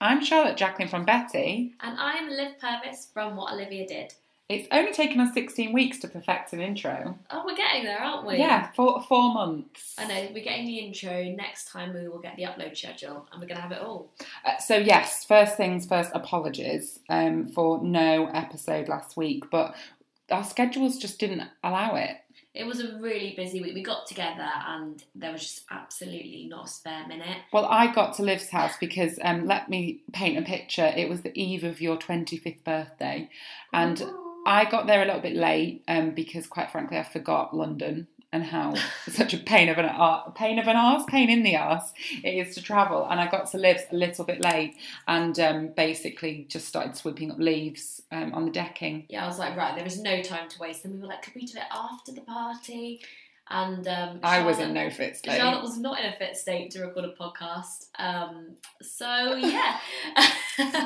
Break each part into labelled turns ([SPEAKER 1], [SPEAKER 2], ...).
[SPEAKER 1] I'm Charlotte Jacqueline from Betty.
[SPEAKER 2] And I'm Liv Purvis from What Olivia Did.
[SPEAKER 1] It's only taken us 16 weeks to perfect an intro.
[SPEAKER 2] Oh, we're getting there, aren't we?
[SPEAKER 1] Yeah, four, four months.
[SPEAKER 2] I know, we're getting the intro. Next time we will get the upload schedule and we're going to have it all.
[SPEAKER 1] Uh, so, yes, first things first, apologies um, for no episode last week, but our schedules just didn't allow it.
[SPEAKER 2] It was a really busy week. We got together and there was just absolutely not a spare minute.
[SPEAKER 1] Well, I got to Liv's house because um, let me paint a picture. It was the eve of your 25th birthday, and I got there a little bit late um, because, quite frankly, I forgot London and how such a pain of an ar- pain of an arse, pain in the arse it is to travel. And I got to Liv's a little bit late, and um, basically just started sweeping up leaves um, on the decking.
[SPEAKER 2] Yeah, I was like, right, there is no time to waste. And we were like, could we do it after the party? And um,
[SPEAKER 1] I was in
[SPEAKER 2] Charlotte-
[SPEAKER 1] no fit state.
[SPEAKER 2] Charlotte was not in a fit state to record a podcast. Um, so yeah.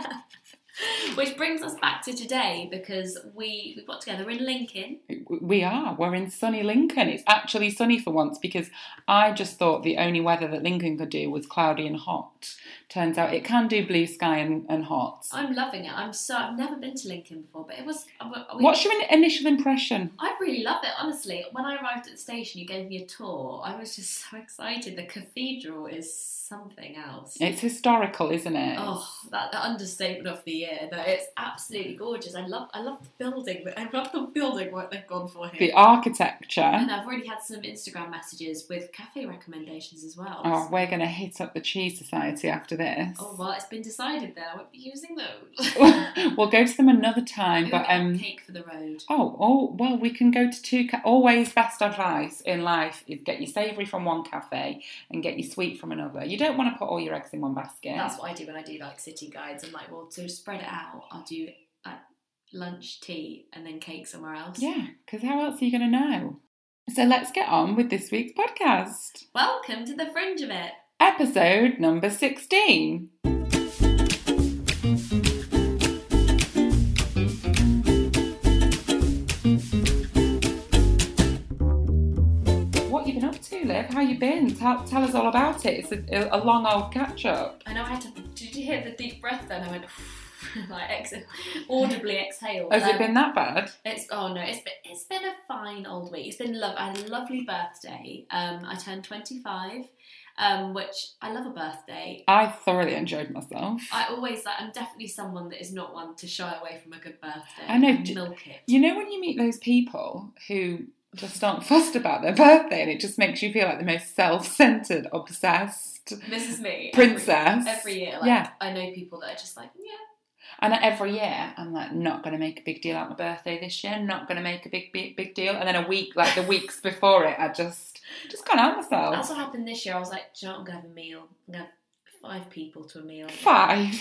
[SPEAKER 2] Which brings us back to today because we, we got together in Lincoln.
[SPEAKER 1] We are. We're in sunny Lincoln. It's actually sunny for once because I just thought the only weather that Lincoln could do was cloudy and hot. Turns out it can do blue sky and, and hot.
[SPEAKER 2] I'm loving it. I'm so I've never been to Lincoln before, but it was. we-
[SPEAKER 1] What's your in- initial impression?
[SPEAKER 2] I really love it, honestly. When I arrived at the station, you gave me a tour. I was just so excited. The cathedral is something else.
[SPEAKER 1] It's historical, isn't it?
[SPEAKER 2] Oh, that, that understatement of the year. That it's absolutely gorgeous. I love, I love the building. I love the building what they've gone for
[SPEAKER 1] The
[SPEAKER 2] here.
[SPEAKER 1] architecture.
[SPEAKER 2] And I've already had some Instagram messages with cafe recommendations as well.
[SPEAKER 1] Oh, we're going to hit up the Cheese Society after this.
[SPEAKER 2] Oh, well, it's been decided then. I won't be using those.
[SPEAKER 1] we'll go to them another time,
[SPEAKER 2] We'll
[SPEAKER 1] but
[SPEAKER 2] get
[SPEAKER 1] um,
[SPEAKER 2] cake for the road.
[SPEAKER 1] Oh, oh, well, we can go to two. Ca- Always best advice in life is get your savoury from one cafe and get your sweet from another. You don't want to put all your eggs in one basket.
[SPEAKER 2] That's what I do when I do like city guides. I'm like, well, to spread it out, I'll do like lunch, tea, and then cake somewhere else.
[SPEAKER 1] yeah, because how else are you going to know? So let's get on with this week's podcast.
[SPEAKER 2] Welcome to the fringe of it.
[SPEAKER 1] Episode number 16. What you been up to, Liv? How you been? Tell, tell us all about it. It's a, a long old catch up.
[SPEAKER 2] I know I had to. Did you hear the deep breath? Then I went like ex- audibly exhaled.
[SPEAKER 1] Has
[SPEAKER 2] Um,
[SPEAKER 1] it been that bad?
[SPEAKER 2] It's oh no, it's been, it's been a fine old week. It's been love. I had a lovely birthday. Um, I turned twenty five, um, which I love a birthday.
[SPEAKER 1] I thoroughly enjoyed myself.
[SPEAKER 2] I always like. I'm definitely someone that is not one to shy away from a good birthday.
[SPEAKER 1] I know, d-
[SPEAKER 2] Milk it.
[SPEAKER 1] You know when you meet those people who just aren't fussed about their birthday and it just makes you feel like the most self-centered, obsessed
[SPEAKER 2] This is me. every-
[SPEAKER 1] princess.
[SPEAKER 2] Every, year, like,
[SPEAKER 1] yeah.
[SPEAKER 2] I know people that are just like, yeah.
[SPEAKER 1] And every year I'm like, not going to make a big deal out my birthday this year. Not going to make a big, big, big deal. And then a week, like the weeks before it, I just just can't help myself.
[SPEAKER 2] That's what happened this year. I was like, do you know what, I'm gonna have a meal. I'm gonna have five people to a meal.
[SPEAKER 1] Five.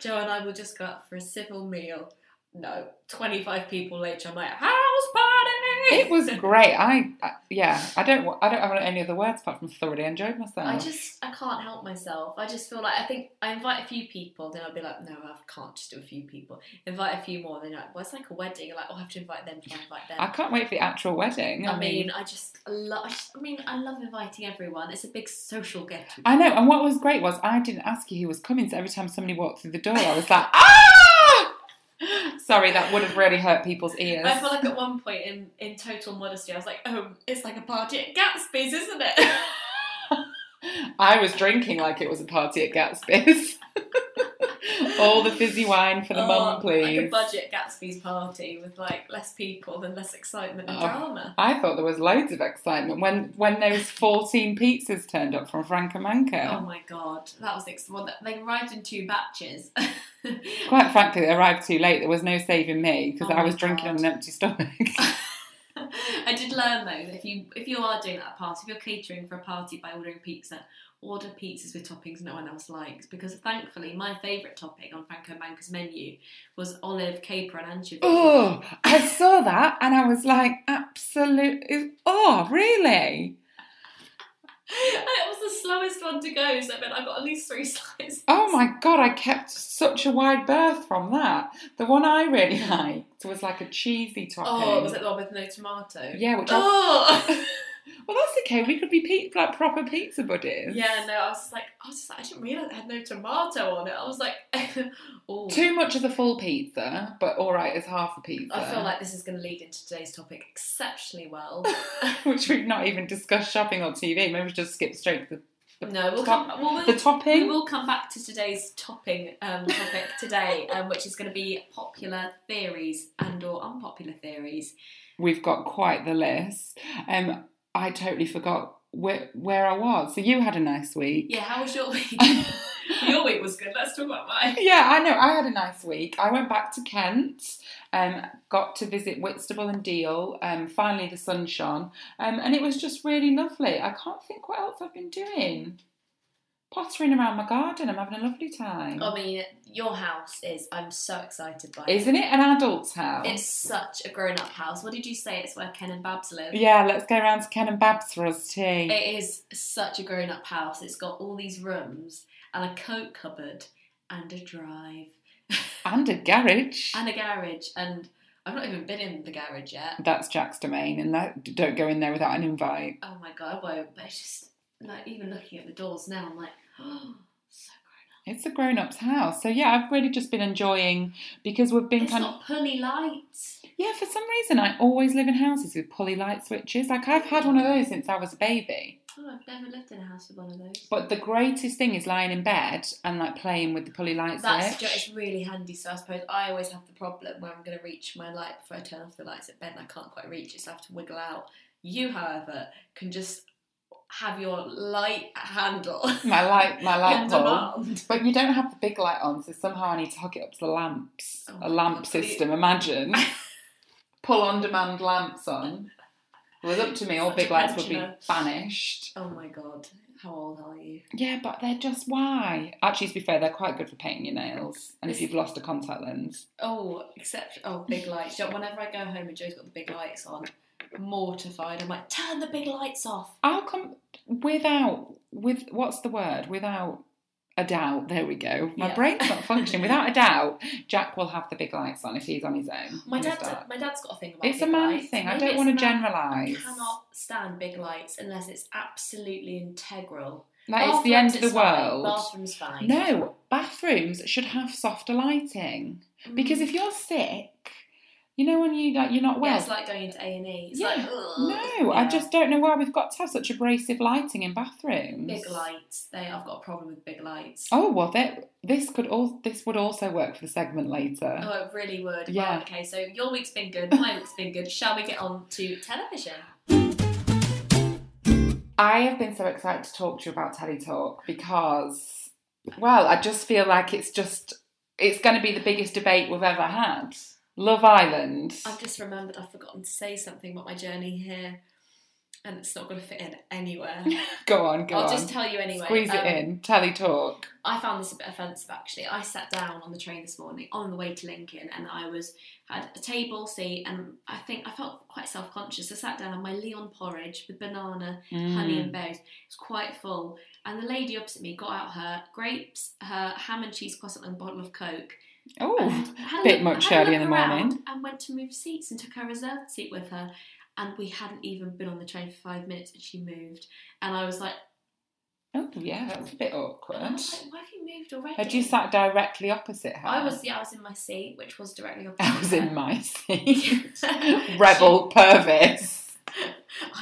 [SPEAKER 2] Joe and I will just go out for a civil meal. No, 25 people later, I'm like, house party!
[SPEAKER 1] It was great. I, I yeah. I don't. wa- I don't have any other words apart from thoroughly enjoyed myself.
[SPEAKER 2] I just, I can't help myself. I just feel like, I think I invite a few people, then I'll be like, no, I can't just do a few people. Invite a few more, then you're like, well, it's like a wedding. You're like, oh, I have to invite them, to invite them.
[SPEAKER 1] I can't wait for the actual wedding.
[SPEAKER 2] I mean, I just, lo- I just, I mean, I love inviting everyone. It's a big social get.
[SPEAKER 1] I know, and what was great was I didn't ask you who was coming, so every time somebody walked through the door, I was like, ah! Sorry, that would have really hurt people's ears.
[SPEAKER 2] I feel like at one point in, in total modesty, I was like, oh, it's like a party at Gatsby's, isn't it?
[SPEAKER 1] I was drinking like it was a party at Gatsby's. All the fizzy wine for the
[SPEAKER 2] Oh,
[SPEAKER 1] mum,
[SPEAKER 2] Like a
[SPEAKER 1] please.
[SPEAKER 2] budget Gatsby's party with like less people and less excitement and
[SPEAKER 1] Oh,
[SPEAKER 2] drama.
[SPEAKER 1] I thought there was loads of excitement when when those fourteen pizzas turned up from Francomanco.
[SPEAKER 2] Oh my god, that was ex- well, that- they arrived in two batches.
[SPEAKER 1] Quite frankly, they arrived too late. There was no saving me because
[SPEAKER 2] Oh
[SPEAKER 1] I
[SPEAKER 2] my
[SPEAKER 1] was drinking on
[SPEAKER 2] God.
[SPEAKER 1] an empty stomach.
[SPEAKER 2] I did learn though that if you if you are doing that party, if you're catering for a party by ordering pizza, order pizzas with toppings no one else likes. Because thankfully, my favourite topping on Franco Manca's menu was olive, caper, and anchovy.
[SPEAKER 1] oh, I saw that and I was like, absolutely. Oh, really?
[SPEAKER 2] And it was the slowest one to go, so I meant I got at least three slices.
[SPEAKER 1] Oh my god, I kept such a wide berth from that. The one I really liked was like a cheesy topping.
[SPEAKER 2] Oh, was it the one with no tomato?
[SPEAKER 1] Yeah, which I-
[SPEAKER 2] oh.
[SPEAKER 1] Well, that's okay. We could be pe- like proper pizza buddies.
[SPEAKER 2] Yeah, no, I was just like, I was just like, I didn't realise it had no tomato on it. I was like, oh,
[SPEAKER 1] Too much of the full pizza, but all right, it's half a pizza.
[SPEAKER 2] I feel like this is going to lead into today's topic exceptionally well.
[SPEAKER 1] which we've not even discussed shopping or TV. Maybe we just skip straight to the, the
[SPEAKER 2] No, we'll
[SPEAKER 1] top-
[SPEAKER 2] come. Well, we'll,
[SPEAKER 1] the topping.
[SPEAKER 2] We will come back to today's topping um, topic today, um, which is going to be popular theories and/or unpopular theories.
[SPEAKER 1] We've got quite the list. Um, I totally forgot where where I was. So you had a nice week.
[SPEAKER 2] Yeah, how was your week? your week was good. Let's talk about mine.
[SPEAKER 1] Yeah, I know. I had a nice week. I went back to Kent, um, got to visit Whitstable and Deal. Um, finally, the sun shone, um, and it was just really lovely. I can't think what else I've been doing. Pottering around my garden. I'm having a lovely time,
[SPEAKER 2] I mean, your house is. I'm so excited by.
[SPEAKER 1] isn't it? An adult's house.
[SPEAKER 2] It's such a grown-up house. What did you say? It's where Ken and Babs live.
[SPEAKER 1] yeah, let's go round to Ken and Babs for us tea.
[SPEAKER 2] It is such a grown up house. It's got all these rooms and a coat cupboard and a drive
[SPEAKER 1] and a garage.
[SPEAKER 2] and a garage. And I've not even been in the garage yet.
[SPEAKER 1] That's Jack's domain, and that don't go in there without an invite.
[SPEAKER 2] Oh my god, I won't. But it's just like even looking at the doors now, I'm like, oh, so grown up.
[SPEAKER 1] It's a grown-up's house, so yeah, I've really just been enjoying because we've been
[SPEAKER 2] It's
[SPEAKER 1] kind of
[SPEAKER 2] got pulley lights.
[SPEAKER 1] Yeah, for some reason I always live in houses with pulley light switches. Like I've had one of those since I was a baby.
[SPEAKER 2] Oh, I've never lived in a house with one of those.
[SPEAKER 1] But the greatest thing is lying in bed and like playing with the pulley light
[SPEAKER 2] That's
[SPEAKER 1] switch.
[SPEAKER 2] just it's really handy. So I suppose I always have the problem where I'm going to reach my light before I turn off the lights at bed, and I can't quite reach it, so I have to wiggle out. You, however, can just have your light handle.
[SPEAKER 1] my light, my
[SPEAKER 2] on
[SPEAKER 1] light pole.
[SPEAKER 2] demand.
[SPEAKER 1] But you don't have the big light on, so somehow I need to hook it up to the lamps.
[SPEAKER 2] Oh
[SPEAKER 1] a
[SPEAKER 2] my
[SPEAKER 1] lamp
[SPEAKER 2] God, please.
[SPEAKER 1] system, imagine. Pull on demand lamps on. If it was up to me, all
[SPEAKER 2] Such a
[SPEAKER 1] big lights would be
[SPEAKER 2] pensioner.
[SPEAKER 1] banished.
[SPEAKER 2] Oh my god, how old are you?
[SPEAKER 1] Yeah, but they're just why. Actually, to be fair, they're quite good for painting your nails and if you've lost a contact lens.
[SPEAKER 2] Oh, except oh, big lights. You know, Whenever I go home and Joe's got the big lights on, mortified. I'm like, turn the big lights off.
[SPEAKER 1] I'll come without with what's the word? Without a doubt. There we go. My
[SPEAKER 2] Yeah.
[SPEAKER 1] brain's not functioning. without a doubt, Jack will have the big lights on if he's on his own.
[SPEAKER 2] My
[SPEAKER 1] He'll
[SPEAKER 2] dad's,
[SPEAKER 1] start.
[SPEAKER 2] my dad's got a thing about
[SPEAKER 1] It's a
[SPEAKER 2] big
[SPEAKER 1] man
[SPEAKER 2] lights.
[SPEAKER 1] thing. I
[SPEAKER 2] Maybe
[SPEAKER 1] don't
[SPEAKER 2] it's
[SPEAKER 1] want to
[SPEAKER 2] a man- I
[SPEAKER 1] generalise.
[SPEAKER 2] cannot stand big lights unless it's absolutely integral.
[SPEAKER 1] Like it's the end of the
[SPEAKER 2] Bathrooms is fine,
[SPEAKER 1] world.
[SPEAKER 2] Bathroom's fine.
[SPEAKER 1] No, bathrooms should have softer lighting because if you're sick, you know when you like you're not well.
[SPEAKER 2] Mm. yeah, it's like going into A and E. It's like ugh.
[SPEAKER 1] no, I
[SPEAKER 2] Yeah.
[SPEAKER 1] just don't know why we've got to have such abrasive lighting in bathrooms.
[SPEAKER 2] big lights. They, I've got a problem with big lights.
[SPEAKER 1] Oh well, that this could all this would also work for the segment later.
[SPEAKER 2] Oh, it really would.
[SPEAKER 1] Yeah.
[SPEAKER 2] Wow, okay, so your week's been good. My week's been good. Shall we get on to television?
[SPEAKER 1] I have been so excited to talk to you about Telly Talk because, well, I just feel like it's just it's going to be the biggest debate we've ever had. Love Island.
[SPEAKER 2] I've just remembered I've forgotten to say something about my journey here, and it's not going to fit in anywhere.
[SPEAKER 1] Go on, go
[SPEAKER 2] I'll
[SPEAKER 1] on.
[SPEAKER 2] just tell you anyway.
[SPEAKER 1] Squeeze
[SPEAKER 2] Um,
[SPEAKER 1] it in. Telly Talk.
[SPEAKER 2] I found this a bit offensive actually. I sat down on the train this morning on the way to Lincoln and I was had a table seat and I think I felt quite self conscious. I sat down on my Leon porridge with banana, honey
[SPEAKER 1] Mm.
[SPEAKER 2] and berries. It was quite full. And the lady opposite me got out her grapes, her ham and cheese croissant and a bottle of Coke.
[SPEAKER 1] Oh,
[SPEAKER 2] Had um, a
[SPEAKER 1] bit
[SPEAKER 2] look-
[SPEAKER 1] much
[SPEAKER 2] had a
[SPEAKER 1] early in the
[SPEAKER 2] look
[SPEAKER 1] morning.
[SPEAKER 2] around And went to move seats and took her reserved seat with her. And we hadn't even been on the train for five minutes and she moved. And I was like,
[SPEAKER 1] Oh yeah, that's a bit awkward.
[SPEAKER 2] And I was like, why have you moved already?
[SPEAKER 1] Had you sat directly opposite her?
[SPEAKER 2] I was yeah, I was in my seat, which was directly opposite.
[SPEAKER 1] Um, I was in
[SPEAKER 2] her.
[SPEAKER 1] my seat. Rebel Purvis.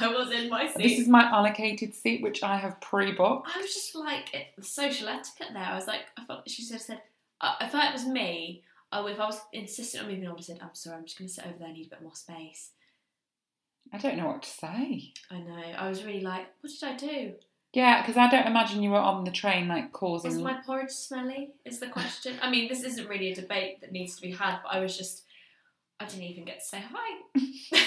[SPEAKER 2] I was in my
[SPEAKER 1] This
[SPEAKER 2] seat.
[SPEAKER 1] is my allocated seat, which I have pre-booked.
[SPEAKER 2] I was just like it- the social etiquette there. I was like, I felt she just said, uh, if that was me, oh, if I was insistent on moving on, I said, I'm sorry, I'm just going to sit over there. I need a bit more space.
[SPEAKER 1] I don't know what to say.
[SPEAKER 2] I know. I was really like, what did I do?
[SPEAKER 1] Yeah, because I don't imagine you were on the train like
[SPEAKER 2] Is
[SPEAKER 1] causing.
[SPEAKER 2] my porridge smelly? Is the question. I mean, this isn't really a debate that needs to be had, but I was just, I didn't even get to say hi.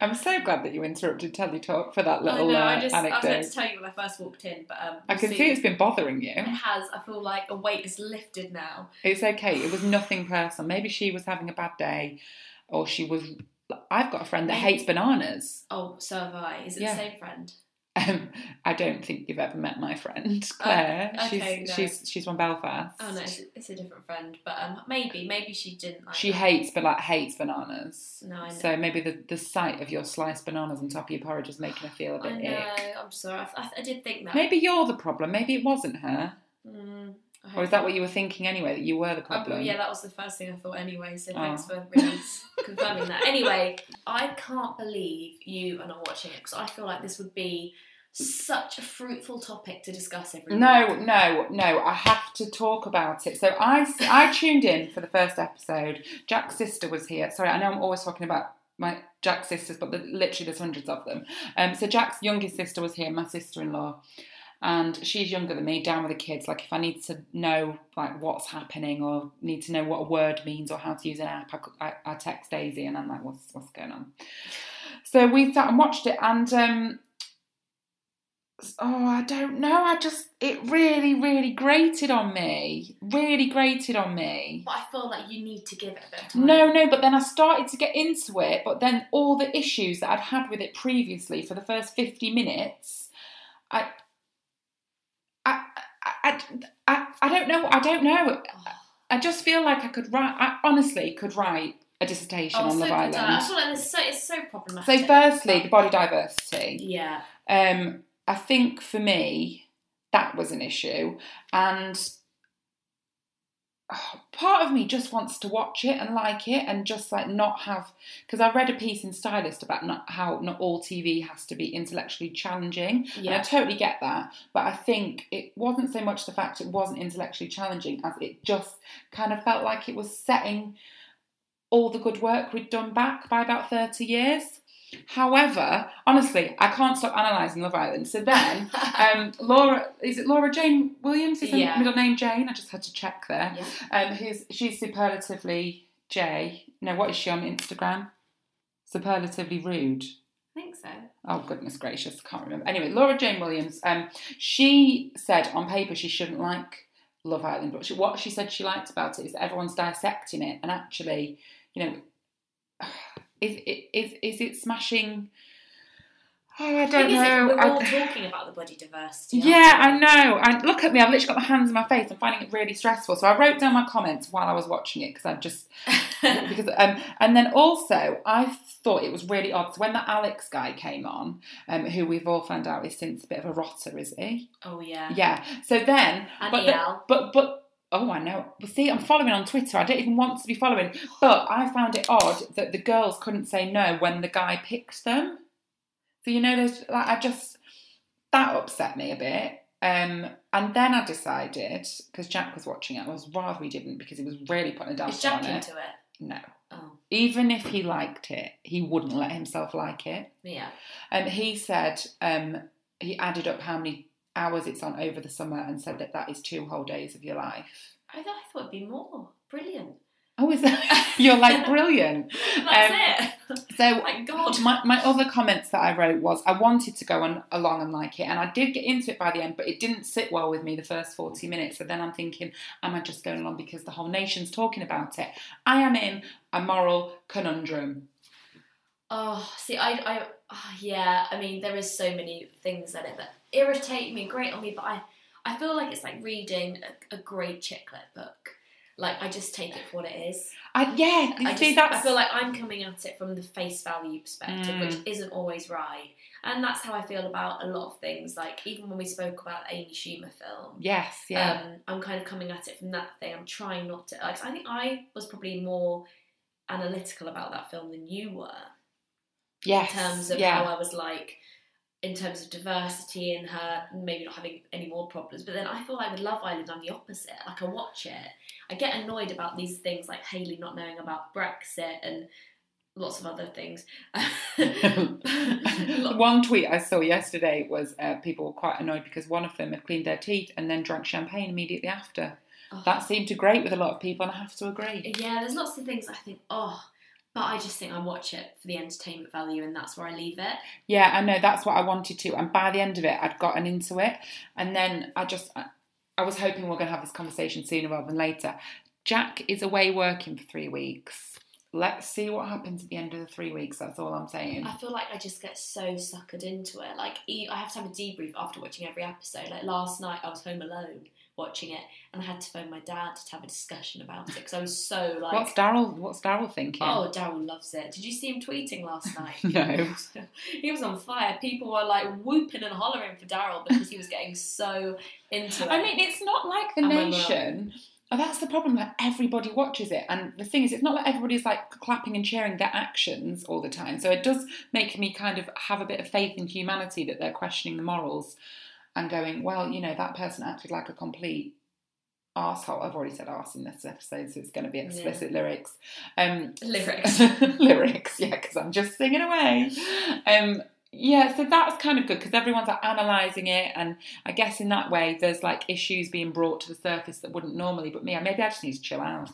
[SPEAKER 1] I'm so glad that you interrupted Teletalk for that
[SPEAKER 2] I
[SPEAKER 1] little
[SPEAKER 2] know.
[SPEAKER 1] uh,
[SPEAKER 2] I just, I was meant to
[SPEAKER 1] anecdote.
[SPEAKER 2] tell you when I first walked in, but um,
[SPEAKER 1] I
[SPEAKER 2] we'll
[SPEAKER 1] can see it's been bothering you.
[SPEAKER 2] It has. I feel like a weight is lifted now.
[SPEAKER 1] It's okay. It was nothing personal. Maybe she was having a bad day, or she was. I've got a friend that hates bananas.
[SPEAKER 2] Oh, so have I. Is it
[SPEAKER 1] Yeah.
[SPEAKER 2] the same friend?
[SPEAKER 1] Um, I don't think you've ever met my friend Claire.
[SPEAKER 2] Oh, okay,
[SPEAKER 1] she's
[SPEAKER 2] no.
[SPEAKER 1] she's she's from Belfast.
[SPEAKER 2] Oh no, it's, it's a different friend. But um, maybe, maybe she didn't like.
[SPEAKER 1] She
[SPEAKER 2] that.
[SPEAKER 1] hates, but like hates bananas.
[SPEAKER 2] No, I know.
[SPEAKER 1] So maybe the, the sight of your sliced bananas on top of your porridge is making her feel a
[SPEAKER 2] I
[SPEAKER 1] bit
[SPEAKER 2] know.
[SPEAKER 1] ick.
[SPEAKER 2] I'm sorry. I, I, I did think that.
[SPEAKER 1] Maybe you're the problem. Maybe it wasn't her.
[SPEAKER 2] Mm, I
[SPEAKER 1] Or
[SPEAKER 2] hope
[SPEAKER 1] is that
[SPEAKER 2] not.
[SPEAKER 1] what you were thinking anyway? That you were the
[SPEAKER 2] Oh,
[SPEAKER 1] problem.
[SPEAKER 2] yeah, that was the first thing I thought anyway, so
[SPEAKER 1] Oh.
[SPEAKER 2] thanks for really confirming that. Anyway, I can't believe you are not watching it because I feel like this would be such a fruitful topic to discuss every
[SPEAKER 1] No,
[SPEAKER 2] week.
[SPEAKER 1] no, no. I have to talk about it. So I, I tuned in for the first episode. Jack's sister was here. Sorry, I know I'm always talking about my Jack's sisters, but there, literally there's hundreds of them. Um, so Jack's youngest sister was here, my sister-in-law, and she's younger than me. Down with the kids. Like if I need to know like what's happening or need to know what a word means or how to use an app, I c- I, I text Daisy and I'm like, what's what's going on? So we sat and watched it, and um, oh, I don't know. I just it really, really grated on me. Really grated on me.
[SPEAKER 2] But I feel like you need to give it a bit of time. Oh,
[SPEAKER 1] No, no, but then I started to get into it, but then all the issues that I'd had with it previously for the first 50 minutes, I I I, I, I don't know, I don't know. I just feel like I could write I honestly could write a dissertation
[SPEAKER 2] Oh,
[SPEAKER 1] on
[SPEAKER 2] so
[SPEAKER 1] Love
[SPEAKER 2] good. I
[SPEAKER 1] Island.
[SPEAKER 2] feel like it's so, it's so problematic.
[SPEAKER 1] So firstly, the body diversity.
[SPEAKER 2] Yeah.
[SPEAKER 1] Um, I think for me, that was an issue. And oh, part of me just wants to watch it and like it and just like not have. Because I read a piece in Stylist about not, how not all TV has to be intellectually challenging. And
[SPEAKER 2] Yeah.
[SPEAKER 1] I totally get that. But I think it wasn't so much the fact it wasn't intellectually challenging as it just kind of felt like it was setting all the good work we'd done back by about 30 years. However, honestly, I can't stop analysing Love Island. So then, um, Laura, is it Laura Jane Williams? Is her
[SPEAKER 2] Yeah.
[SPEAKER 1] middle name Jane? I just had to check there.
[SPEAKER 2] Yeah.
[SPEAKER 1] Um, who's she's superlatively Jay? No, what is she on Instagram? Superlatively rude.
[SPEAKER 2] I think so.
[SPEAKER 1] Oh goodness gracious, I can't remember. Anyway, Laura Jane Williams. Um, she said on paper she shouldn't like Love Island, but she, what she said she liked about it is that everyone's dissecting it, and actually, you know, is is is it smashing? Oh, I don't
[SPEAKER 2] Thing is,
[SPEAKER 1] know.
[SPEAKER 2] We're
[SPEAKER 1] I-
[SPEAKER 2] all talking about the body diversity. aren't
[SPEAKER 1] yeah, I know. And look at me, I've literally got my hands in my face. I'm finding it really stressful. So I wrote down my comments while I was watching it because I just because um and then also I thought it was really odd. So when the Alex guy came on, um, who we've all found out is since a bit of a rotter, is he?
[SPEAKER 2] we? Oh, yeah.
[SPEAKER 1] Yeah. So then,
[SPEAKER 2] And E
[SPEAKER 1] but, the-
[SPEAKER 2] EL.
[SPEAKER 1] but but oh, I know. But see, I'm following on Twitter. I don't even want to be following. But I found it odd that the girls couldn't say no when the guy picked them. So you know, there's like I just that upset me a bit. Um, and then I decided because Jack was watching it, I was rather he didn't because he was really putting a damn
[SPEAKER 2] Is Jack
[SPEAKER 1] on
[SPEAKER 2] into it?
[SPEAKER 1] No,
[SPEAKER 2] Oh,
[SPEAKER 1] even if he liked it, he wouldn't let himself like it.
[SPEAKER 2] yeah.
[SPEAKER 1] Um, he said um, he added up how many hours it's on over the summer and said that that is two whole days of your life.
[SPEAKER 2] I thought, I thought it'd be more. Brilliant.
[SPEAKER 1] Oh, is that? You're like brilliant. Um,
[SPEAKER 2] That's it.
[SPEAKER 1] So,
[SPEAKER 2] My God.
[SPEAKER 1] my, my other comments that I wrote was I wanted to go on, along and like it, and I did get into it by the end, but it didn't sit well with me the first 40 minutes. So then I'm thinking, am I just going along because the whole nation's talking about it? I am in a moral conundrum.
[SPEAKER 2] Oh, see, I, I, ah, yeah. I mean, there is so many things in it that irritate me, grate on me, but I, I feel like it's like reading a, a great chicklet book. Like I just take it for what it is.
[SPEAKER 1] I, yeah, you
[SPEAKER 2] I
[SPEAKER 1] see,
[SPEAKER 2] just, I
[SPEAKER 1] that's. Mm.
[SPEAKER 2] feel like I'm coming at it from the face value perspective, which isn't always right. And that's how I feel about a lot of things. Like even when we spoke about Amy Schumer film,
[SPEAKER 1] Yes, yeah.
[SPEAKER 2] um, I'm kind of coming at it from that thing. I'm trying not to. Like, I think I was probably more analytical about that film than you were
[SPEAKER 1] yes.
[SPEAKER 2] in terms of
[SPEAKER 1] yeah.
[SPEAKER 2] how I was like, in terms of diversity and her maybe not having any more problems. But then I feel like with Love Island, I'm the opposite. Like I watch it, I get annoyed about these things like Haley not knowing about Brexit and lots of other things. Lo-
[SPEAKER 1] One tweet I saw yesterday was uh, people were quite annoyed because one of them had cleaned their teeth and then drank champagne immediately after. That seemed to grate with a lot of people, and I have to agree.
[SPEAKER 2] Oh, yeah, there's lots of things I think, oh, but I just think I watch it for the entertainment value and that's where I leave it.
[SPEAKER 1] Yeah, I know that's what I wanted to, and by the end of it, I'd gotten into it, and then I just, I, I was hoping we are going to have this conversation sooner rather than later. Jack is away working for three weeks. Let's see what happens at the end of the three weeks. That's all I'm saying.
[SPEAKER 2] I feel like I just get so suckered into it. Like e- I have to have a debrief after watching every episode. Like last night, I was home alone watching it, and I had to phone my dad to have a discussion about it because I was so like,
[SPEAKER 1] What's Daryl? What's Daryl thinking?
[SPEAKER 2] "Oh, Daryl loves it." Did you see him tweeting last night?
[SPEAKER 1] No.
[SPEAKER 2] he was on fire. People were like whooping and hollering for Daryl because he was getting so into it.
[SPEAKER 1] I mean, it's not like The
[SPEAKER 2] Am I wrong?
[SPEAKER 1] Nation. Oh, that's the problem. Like everybody watches it, and the thing is, it's not like everybody's like clapping and cheering their actions all the time. So it does make me kind of have a bit of faith in humanity that they're questioning the morals and going, well, you know, that person acted like a complete asshole. I've already said arse in this episode, so it's going to be explicit lyrics. Um,
[SPEAKER 2] Lyrics.
[SPEAKER 1] lyrics, yeah, because I'm just singing away. Um, yeah, so that's kind of good because everyone's like analysing it, and I guess in that way, there's like issues being brought to the surface that wouldn't normally. But me, maybe I just need to chill out.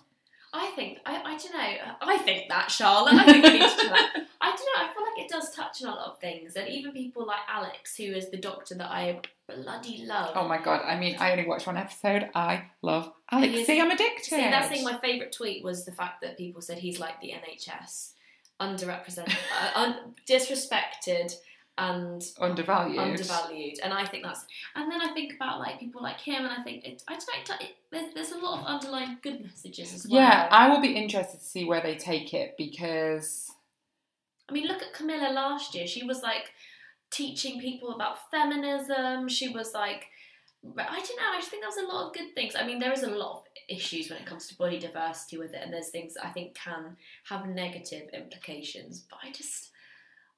[SPEAKER 2] I think I, I don't know. I think that Charlotte. I think we need to chill out. I don't know. I feel like it does touch on a lot of things, and even people like Alex, who is the doctor that I bloody love.
[SPEAKER 1] Oh my god, I mean, I only watched one episode. I love
[SPEAKER 2] He
[SPEAKER 1] Alex.
[SPEAKER 2] is-
[SPEAKER 1] See, I'm addicted.
[SPEAKER 2] See, that's the thing. My favourite tweet was the fact that people said he's like the NHS, underrepresented, uh, un- disrespected, and
[SPEAKER 1] undervalued.
[SPEAKER 2] undervalued. And I think that's. And then I think about like people like him, and I think it, I don't know. It, there's, there's a lot of underlying good messages as well.
[SPEAKER 1] Yeah, I will be interested to see where they take it because
[SPEAKER 2] I mean, look at Camilla last year. She was like teaching people about feminism. She was like, I don't know. I just think there was a lot of good things. I mean, there is a lot of issues when it comes to body diversity with it, and there's things that I think can have negative implications. But I just,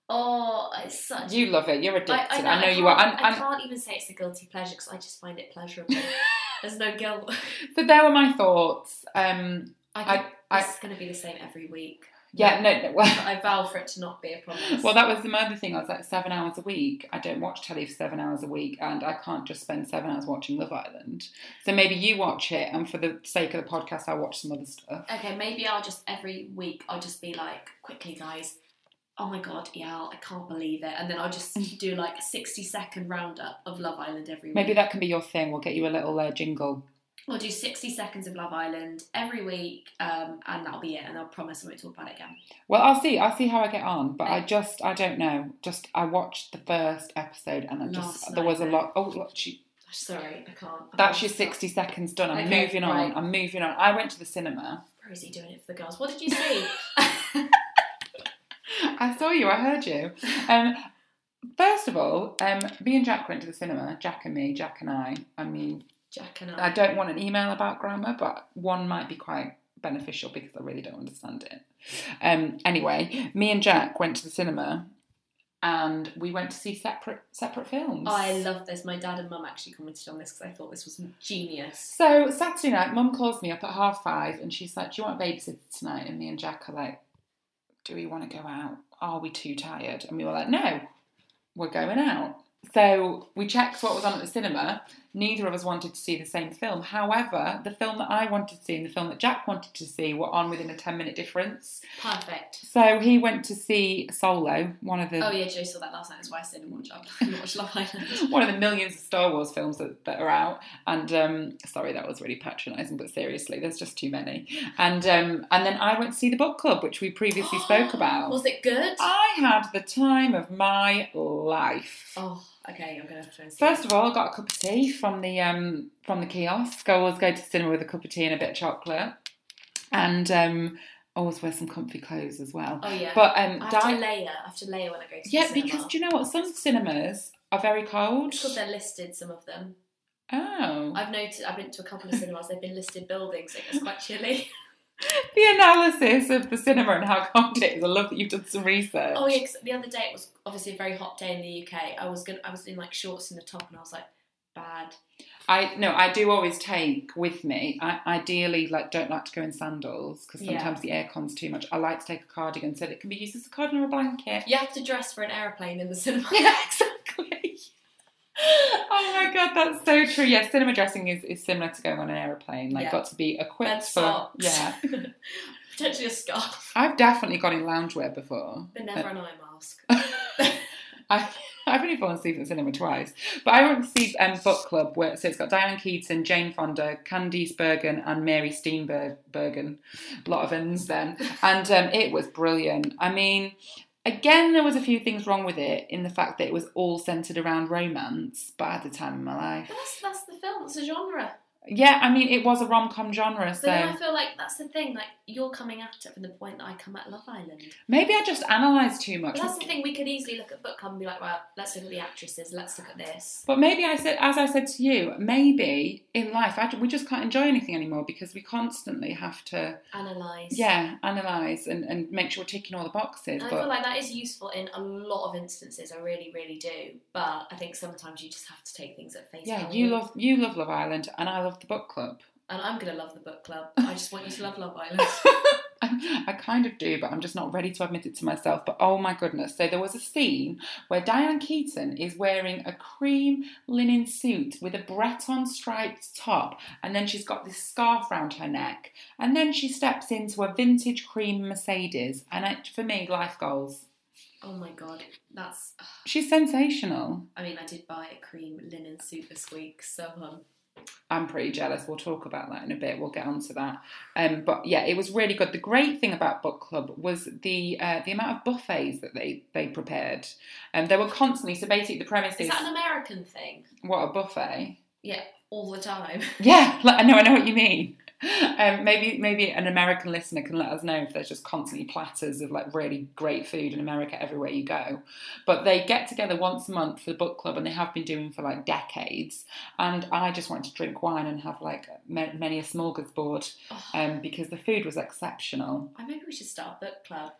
[SPEAKER 2] oh, it's such.
[SPEAKER 1] you love it. You're addicted. I know, you are.
[SPEAKER 2] can't-
[SPEAKER 1] I'm,
[SPEAKER 2] I
[SPEAKER 1] I'm,
[SPEAKER 2] can't even say it's a guilty pleasure because I just find it pleasurable. There's no guilt.
[SPEAKER 1] so there were my thoughts. Um,
[SPEAKER 2] I,
[SPEAKER 1] I,
[SPEAKER 2] think
[SPEAKER 1] I,
[SPEAKER 2] this is going to be the same every week.
[SPEAKER 1] yeah, no, no well,
[SPEAKER 2] I vow for it to not be a problem.
[SPEAKER 1] Well, that was the other thing. I was like seven hours a week. I don't watch telly for seven hours a week, and I can't just spend seven hours watching Love Island. So maybe you watch it, and for the sake of the podcast, I watch some other stuff.
[SPEAKER 2] Okay, maybe I'll just every week I'll just be like, quickly, guys. Oh my god, yeah, I can't believe it. And then I'll just do like a sixty second roundup of Love Island every week.
[SPEAKER 1] Maybe that can be your thing. We'll get you a little uh, jingle.
[SPEAKER 2] I'll do sixty seconds of Love Island every week, um, and that'll be it. And I'll promise I won't talk about it again.
[SPEAKER 1] Well, I'll see. I'll see how I get on. But I just, I don't know. Just, I watched the first episode, and I just
[SPEAKER 2] Last
[SPEAKER 1] there was a
[SPEAKER 2] night.
[SPEAKER 1] lot. Oh, look, she,
[SPEAKER 2] Sorry, I can't.
[SPEAKER 1] that's your sixty seconds done. I'm
[SPEAKER 2] Okay,
[SPEAKER 1] moving on.
[SPEAKER 2] right.
[SPEAKER 1] I'm moving on. I went to the cinema.
[SPEAKER 2] Rosie doing it for the girls. What did you see?
[SPEAKER 1] I saw you. I heard you. Um, first of all, um, me and Jack went to the cinema. Jack and me. Jack and I. I mean,
[SPEAKER 2] Jack and I.
[SPEAKER 1] I don't want an email about grammar, but one might be quite beneficial because I really don't understand it. Um, anyway, me and Jack went to the cinema, and we went to see separate separate films.
[SPEAKER 2] I love this. My dad and mum actually commented on this because I thought this was genius.
[SPEAKER 1] So Saturday night, Mum calls me up at half five, and she's like, "Do you want a babysitter tonight?" And me and Jack are like, "Do we want to go out? Are we too tired?" And we were like, "No, we're going out." So we checked what was on at the cinema. Neither of us wanted to see the same film. However, the film that I wanted to see and the film that Jack wanted to see were on within a ten minute difference.
[SPEAKER 2] Perfect.
[SPEAKER 1] So he went to see Solo, one of the
[SPEAKER 2] Oh yeah, Joe saw that last night. That's why I said I watch, I watch Love Island.
[SPEAKER 1] one of the millions of Star Wars films that, that are out. And um, sorry, that was really patronising, but seriously, there's just too many. And um, and then I went to see the book club, which we previously spoke about. Ah.
[SPEAKER 2] Was it good?
[SPEAKER 1] I had the time of my life.
[SPEAKER 2] Oh, okay. I'm gonna have to try and see.
[SPEAKER 1] First of all, I got a cup of tea from the um, from the kiosk. I always go to the cinema with a cup of tea and a bit of chocolate. And um, always wear some comfy clothes as well.
[SPEAKER 2] Oh yeah.
[SPEAKER 1] But um,
[SPEAKER 2] I have
[SPEAKER 1] di-
[SPEAKER 2] to layer. I have to layer when I go to
[SPEAKER 1] yeah,
[SPEAKER 2] the cinema.
[SPEAKER 1] because do you know what? Some cinemas are very cold.
[SPEAKER 2] Because they're listed, some of them.
[SPEAKER 1] Oh,
[SPEAKER 2] I've noticed. I've been to a couple of cinemas. They've been listed buildings. So it's quite chilly.
[SPEAKER 1] the analysis of the cinema and how cold it is. I love that you've done some research.
[SPEAKER 2] Oh yeah. 'cause the other day it was obviously a very hot day in the UK. I was gonna. I was in like shorts and a top, and I was like, bad.
[SPEAKER 1] I no, I do always take with me. I ideally like don't like to go in sandals because
[SPEAKER 2] Yeah.
[SPEAKER 1] sometimes the aircon's too much. I like to take a cardigan so that it can be used as a cardigan or a blanket.
[SPEAKER 2] You have to dress for an aeroplane in the cinema.
[SPEAKER 1] Yeah, exactly. oh my god, that's so true. Yeah, cinema dressing is, is similar to going on an airplane. Like,
[SPEAKER 2] Yeah.
[SPEAKER 1] got to be
[SPEAKER 2] Red
[SPEAKER 1] equipped for.
[SPEAKER 2] socks.
[SPEAKER 1] Yeah,
[SPEAKER 2] Potentially a scarf,
[SPEAKER 1] I've definitely gone in loungewear before.
[SPEAKER 2] but never an eye mask.
[SPEAKER 1] I, I've only fallen asleep in the cinema twice, but I went to see um, Book Club, where so it's got Diane Keaton, Jane Fonda, Candice Bergen, and Mary Steenburgen. A lot of uns then, and um, it was brilliant. I mean, again, there was a few things wrong with it in the fact that it was all centered around romance, but I had the time of my life.
[SPEAKER 2] That's that's the film. It's a genre.
[SPEAKER 1] Yeah, I mean, it was a rom com genre,
[SPEAKER 2] So then I
[SPEAKER 1] so
[SPEAKER 2] feel like that's the thing. Like you're coming at it from the point that I come at Love Island.
[SPEAKER 1] maybe I just analysed too
[SPEAKER 2] But
[SPEAKER 1] much.
[SPEAKER 2] that's the thing. We could easily look at book club and be like, well, let's look at the actresses. Let's look at this.
[SPEAKER 1] But maybe I said, as I said to you, maybe in life I, we just can't enjoy anything anymore because we constantly have to,
[SPEAKER 2] Analyze.
[SPEAKER 1] yeah, analyse and, and make sure we're ticking all the boxes.
[SPEAKER 2] And I
[SPEAKER 1] But
[SPEAKER 2] feel like that is useful in a lot of instances. I really, really do. But I think sometimes you just have to take things at face
[SPEAKER 1] yeah,
[SPEAKER 2] value.
[SPEAKER 1] you love you love Love Island, and I love the book club.
[SPEAKER 2] And I'm gonna love the book club. I just want you to love Love Island.
[SPEAKER 1] I kind of do, but I'm just not ready to admit it to myself. But oh my goodness. So there was a scene where Diane Keaton is wearing a cream linen suit with a Breton striped top, and then she's got this scarf round her neck. And then she steps into a vintage cream Mercedes. And it, for me, life goals.
[SPEAKER 2] oh my god, that's.
[SPEAKER 1] She's sensational.
[SPEAKER 2] I mean, I did buy a cream linen suit this week, so um,
[SPEAKER 1] I'm pretty jealous. We'll talk about that in a bit. We'll get onto that. Um, but yeah, it was really good. The great thing about book club was the uh, the amount of buffets that they they prepared. Um, they were constantly so basically the premise
[SPEAKER 2] is
[SPEAKER 1] is
[SPEAKER 2] that an American thing?
[SPEAKER 1] what a buffet.
[SPEAKER 2] Yeah, all the time.
[SPEAKER 1] Yeah, like, I know I know what you mean. Um, maybe maybe an American listener can let us know if there's just constantly platters of like really great food in America everywhere you go. But they get together once a month for the book club, and they have been doing for like decades. And I just wanted to drink wine and have like ma- many a smorgasbord um, because the food was exceptional.
[SPEAKER 2] I maybe we should start a book club.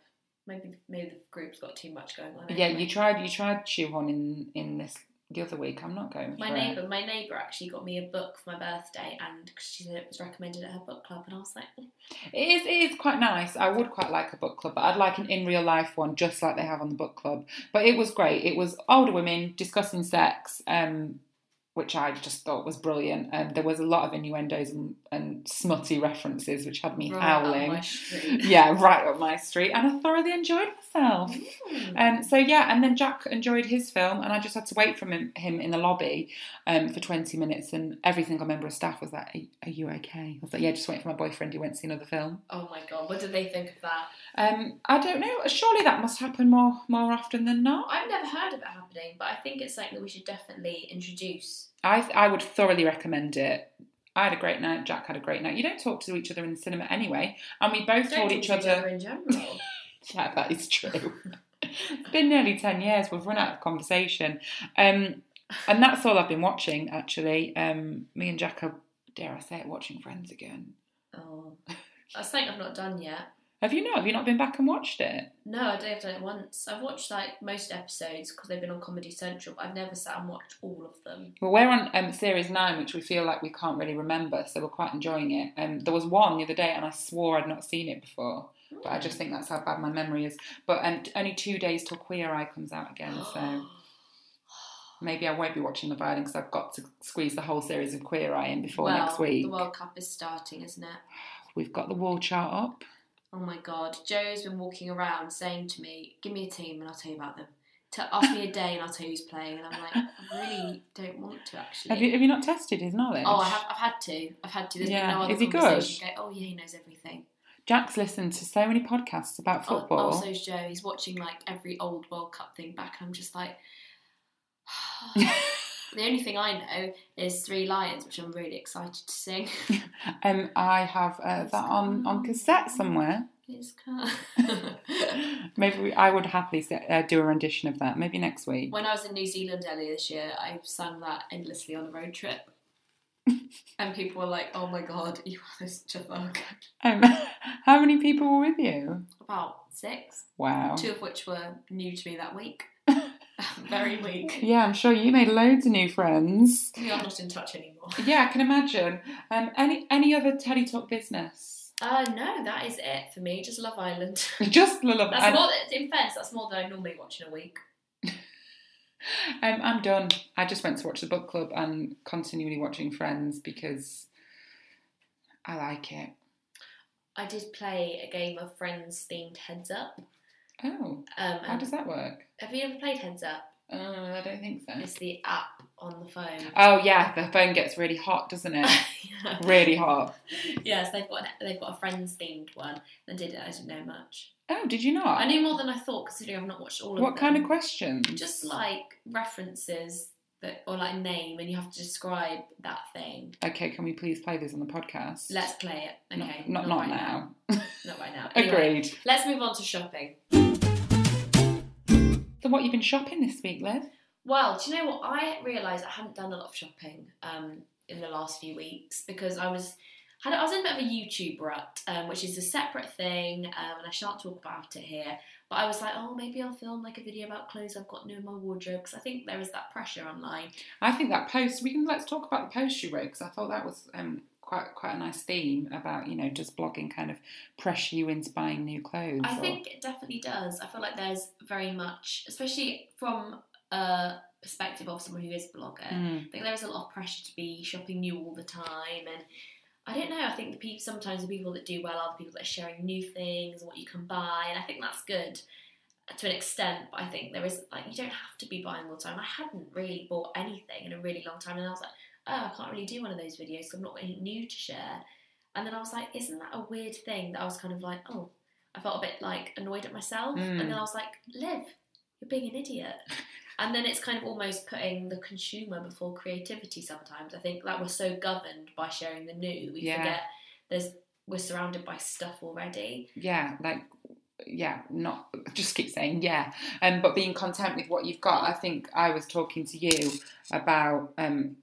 [SPEAKER 2] Maybe maybe the group's got too much going on.
[SPEAKER 1] But yeah,
[SPEAKER 2] anyway.
[SPEAKER 1] you tried you tried shoehorn in in this the other week. I'm not going.
[SPEAKER 2] My
[SPEAKER 1] for it.
[SPEAKER 2] neighbour, my neighbour actually got me a book for my birthday, and 'cause she said it was recommended at her book club, and I was like, "Mm."
[SPEAKER 1] It is, it is quite nice. I would quite like a book club, but I'd like an in real life one, just like they have on the book club. But it was great. It was older women discussing sex, um, which I just thought was brilliant. Um, there was a lot of innuendos and, and smutty references, which had me
[SPEAKER 2] Right up
[SPEAKER 1] howling.
[SPEAKER 2] my street. Mm.
[SPEAKER 1] yeah, right up my street, and I thoroughly enjoyed myself.
[SPEAKER 2] Hmm.
[SPEAKER 1] Um, so yeah, and then Jack enjoyed his film, and I just had to wait from him, him in the lobby um, for twenty minutes, and every single member of staff was like, "Are, are you okay?" I was like, "Yeah, just waiting for my boyfriend. He went to see another film."
[SPEAKER 2] "Oh my god, what did they think of that?"
[SPEAKER 1] Um, I don't know. Surely that must happen more more often than not.
[SPEAKER 2] I've never heard of it happening, but I think it's something that we should definitely introduce.
[SPEAKER 1] I I would thoroughly recommend it. I had a great night. Jack had a great night. You don't talk to each other in the cinema anyway, and we both told
[SPEAKER 2] Don't talk
[SPEAKER 1] each
[SPEAKER 2] to
[SPEAKER 1] other.
[SPEAKER 2] in general.
[SPEAKER 1] Yeah, that is true. it's been nearly 10 years. We've run out of conversation. Um, and that's all I've been watching, actually. Um, me and Jack are, dare I say it, watching Friends again.
[SPEAKER 2] oh, that's something I've not done yet.
[SPEAKER 1] Have you not? Have you not been back and watched it?
[SPEAKER 2] No, I don't have done it once. I've watched like most episodes because they've been on Comedy Central, but I've never sat and watched all of them.
[SPEAKER 1] Well, we're on um, series nine, which we feel like we can't really remember, so we're quite enjoying it. Um, there was one the other day, and I swore I'd not seen it before, but I
[SPEAKER 2] Mm.
[SPEAKER 1] just think that's how bad my memory is. But um, t- only two days till Queer Eye comes out again, so maybe I won't be watching The Violin because I've got to squeeze the whole series of Queer Eye in before
[SPEAKER 2] well,
[SPEAKER 1] next week.
[SPEAKER 2] the World Cup is starting, isn't it?
[SPEAKER 1] We've got the wall chart up.
[SPEAKER 2] Oh my god, Joe's been walking around saying to me, "Give me a team and I'll tell you about them. T- ask me a day and I'll tell you who's playing." And I'm like, I really don't want to actually.
[SPEAKER 1] Have you have you not tested his knowledge?
[SPEAKER 2] Oh, I have, I've had to. I've had to. There's
[SPEAKER 1] Yeah.
[SPEAKER 2] been no other
[SPEAKER 1] Is he good?
[SPEAKER 2] conversation. Go, oh yeah, he knows everything.
[SPEAKER 1] Jack's listened to so many podcasts about
[SPEAKER 2] Oh,
[SPEAKER 1] football.
[SPEAKER 2] Oh, so's Joe. He's watching like every old World Cup thing back, and I'm just like, the only thing I know is Three Lions, which I'm really excited to sing.
[SPEAKER 1] um, I have uh, that on on cassette somewhere.
[SPEAKER 2] his car.
[SPEAKER 1] Maybe we, I would happily s- uh, do a rendition of that. Maybe next week.
[SPEAKER 2] when I was in New Zealand earlier this year, I sang that endlessly on a road trip. and people were like, oh my god, you are such a fuck.
[SPEAKER 1] Um, how many people were with you?
[SPEAKER 2] About six,
[SPEAKER 1] Wow.
[SPEAKER 2] two of which were new to me that week. Very weak.
[SPEAKER 1] Yeah, I'm sure you made loads of new friends.
[SPEAKER 2] We are not in touch anymore.
[SPEAKER 1] Yeah, I can imagine. Um, any any other Teletalk business?
[SPEAKER 2] Uh, no, that is it for me. Just Love Island.
[SPEAKER 1] Just love.
[SPEAKER 2] That's
[SPEAKER 1] I'm,
[SPEAKER 2] more. In fairness, that's more than I normally watch in a week.
[SPEAKER 1] um, I'm done. I just went to watch the book club and continually watching Friends because I like it.
[SPEAKER 2] I did play a game of Friends themed Heads Up.
[SPEAKER 1] Oh,
[SPEAKER 2] Um,
[SPEAKER 1] how does that work?
[SPEAKER 2] Have you ever played Heads Up?
[SPEAKER 1] Uh, I don't think so.
[SPEAKER 2] It's the app on the phone.
[SPEAKER 1] Oh yeah, the phone gets really hot, doesn't it?
[SPEAKER 2] Yeah.
[SPEAKER 1] really hot.
[SPEAKER 2] Yes, they've got they've got a Friends themed one. I did it. I didn't know much.
[SPEAKER 1] Oh, did you not?
[SPEAKER 2] I knew more than I thought, considering I've not watched all of
[SPEAKER 1] What
[SPEAKER 2] them.
[SPEAKER 1] kind of questions?
[SPEAKER 2] Just like references that, or like name, and you have to describe that thing.
[SPEAKER 1] Okay, can we please play this on the podcast?
[SPEAKER 2] Let's play it.
[SPEAKER 1] Not-
[SPEAKER 2] Okay.
[SPEAKER 1] Not not,
[SPEAKER 2] right
[SPEAKER 1] now.
[SPEAKER 2] Not right now.
[SPEAKER 1] Agreed.
[SPEAKER 2] Let's move on to shopping.
[SPEAKER 1] So what you've been shopping this week, Liv?
[SPEAKER 2] Well, do you know what? I realised I hadn't done a lot of shopping um, in the last few weeks because I was had I was in a bit of a YouTube rut, um, which is a separate thing, um, and I shan't talk about it here. But I was like, oh, maybe I'll film like a video about clothes I've got new in my wardrobe because I think there is that pressure online.
[SPEAKER 1] I think that post we can let's talk about the post you wrote because I thought that was um, quite quite a nice theme about you know just blogging kind of pressure you into buying new clothes.
[SPEAKER 2] I
[SPEAKER 1] or-
[SPEAKER 2] think it definitely does. I feel like there's very much, especially from a perspective of someone who is a blogger,
[SPEAKER 1] Hmm.
[SPEAKER 2] I think there is a lot of pressure to be shopping new all the time. And I don't know, I think the people, sometimes the people that do well are the people that are sharing new things and what you can buy. And I think that's good to an extent, but I think there is, like, you don't have to be buying all the time. I hadn't really bought anything in a really long time. And I was like, oh, I can't really do one of those videos because I've not got anything new to share. And then I was like, isn't that a weird thing that I was kind of like, oh, I felt a bit like annoyed at myself. And then I was like, Liv, you're being an idiot. And then it's kind of almost putting the consumer before creativity sometimes. I think that we're so governed by sharing the new. We
[SPEAKER 1] Yeah.
[SPEAKER 2] forget there's we're surrounded by stuff already.
[SPEAKER 1] yeah, like yeah, not just keep saying yeah, um, but being content with what you've got. I think I was talking to you about um,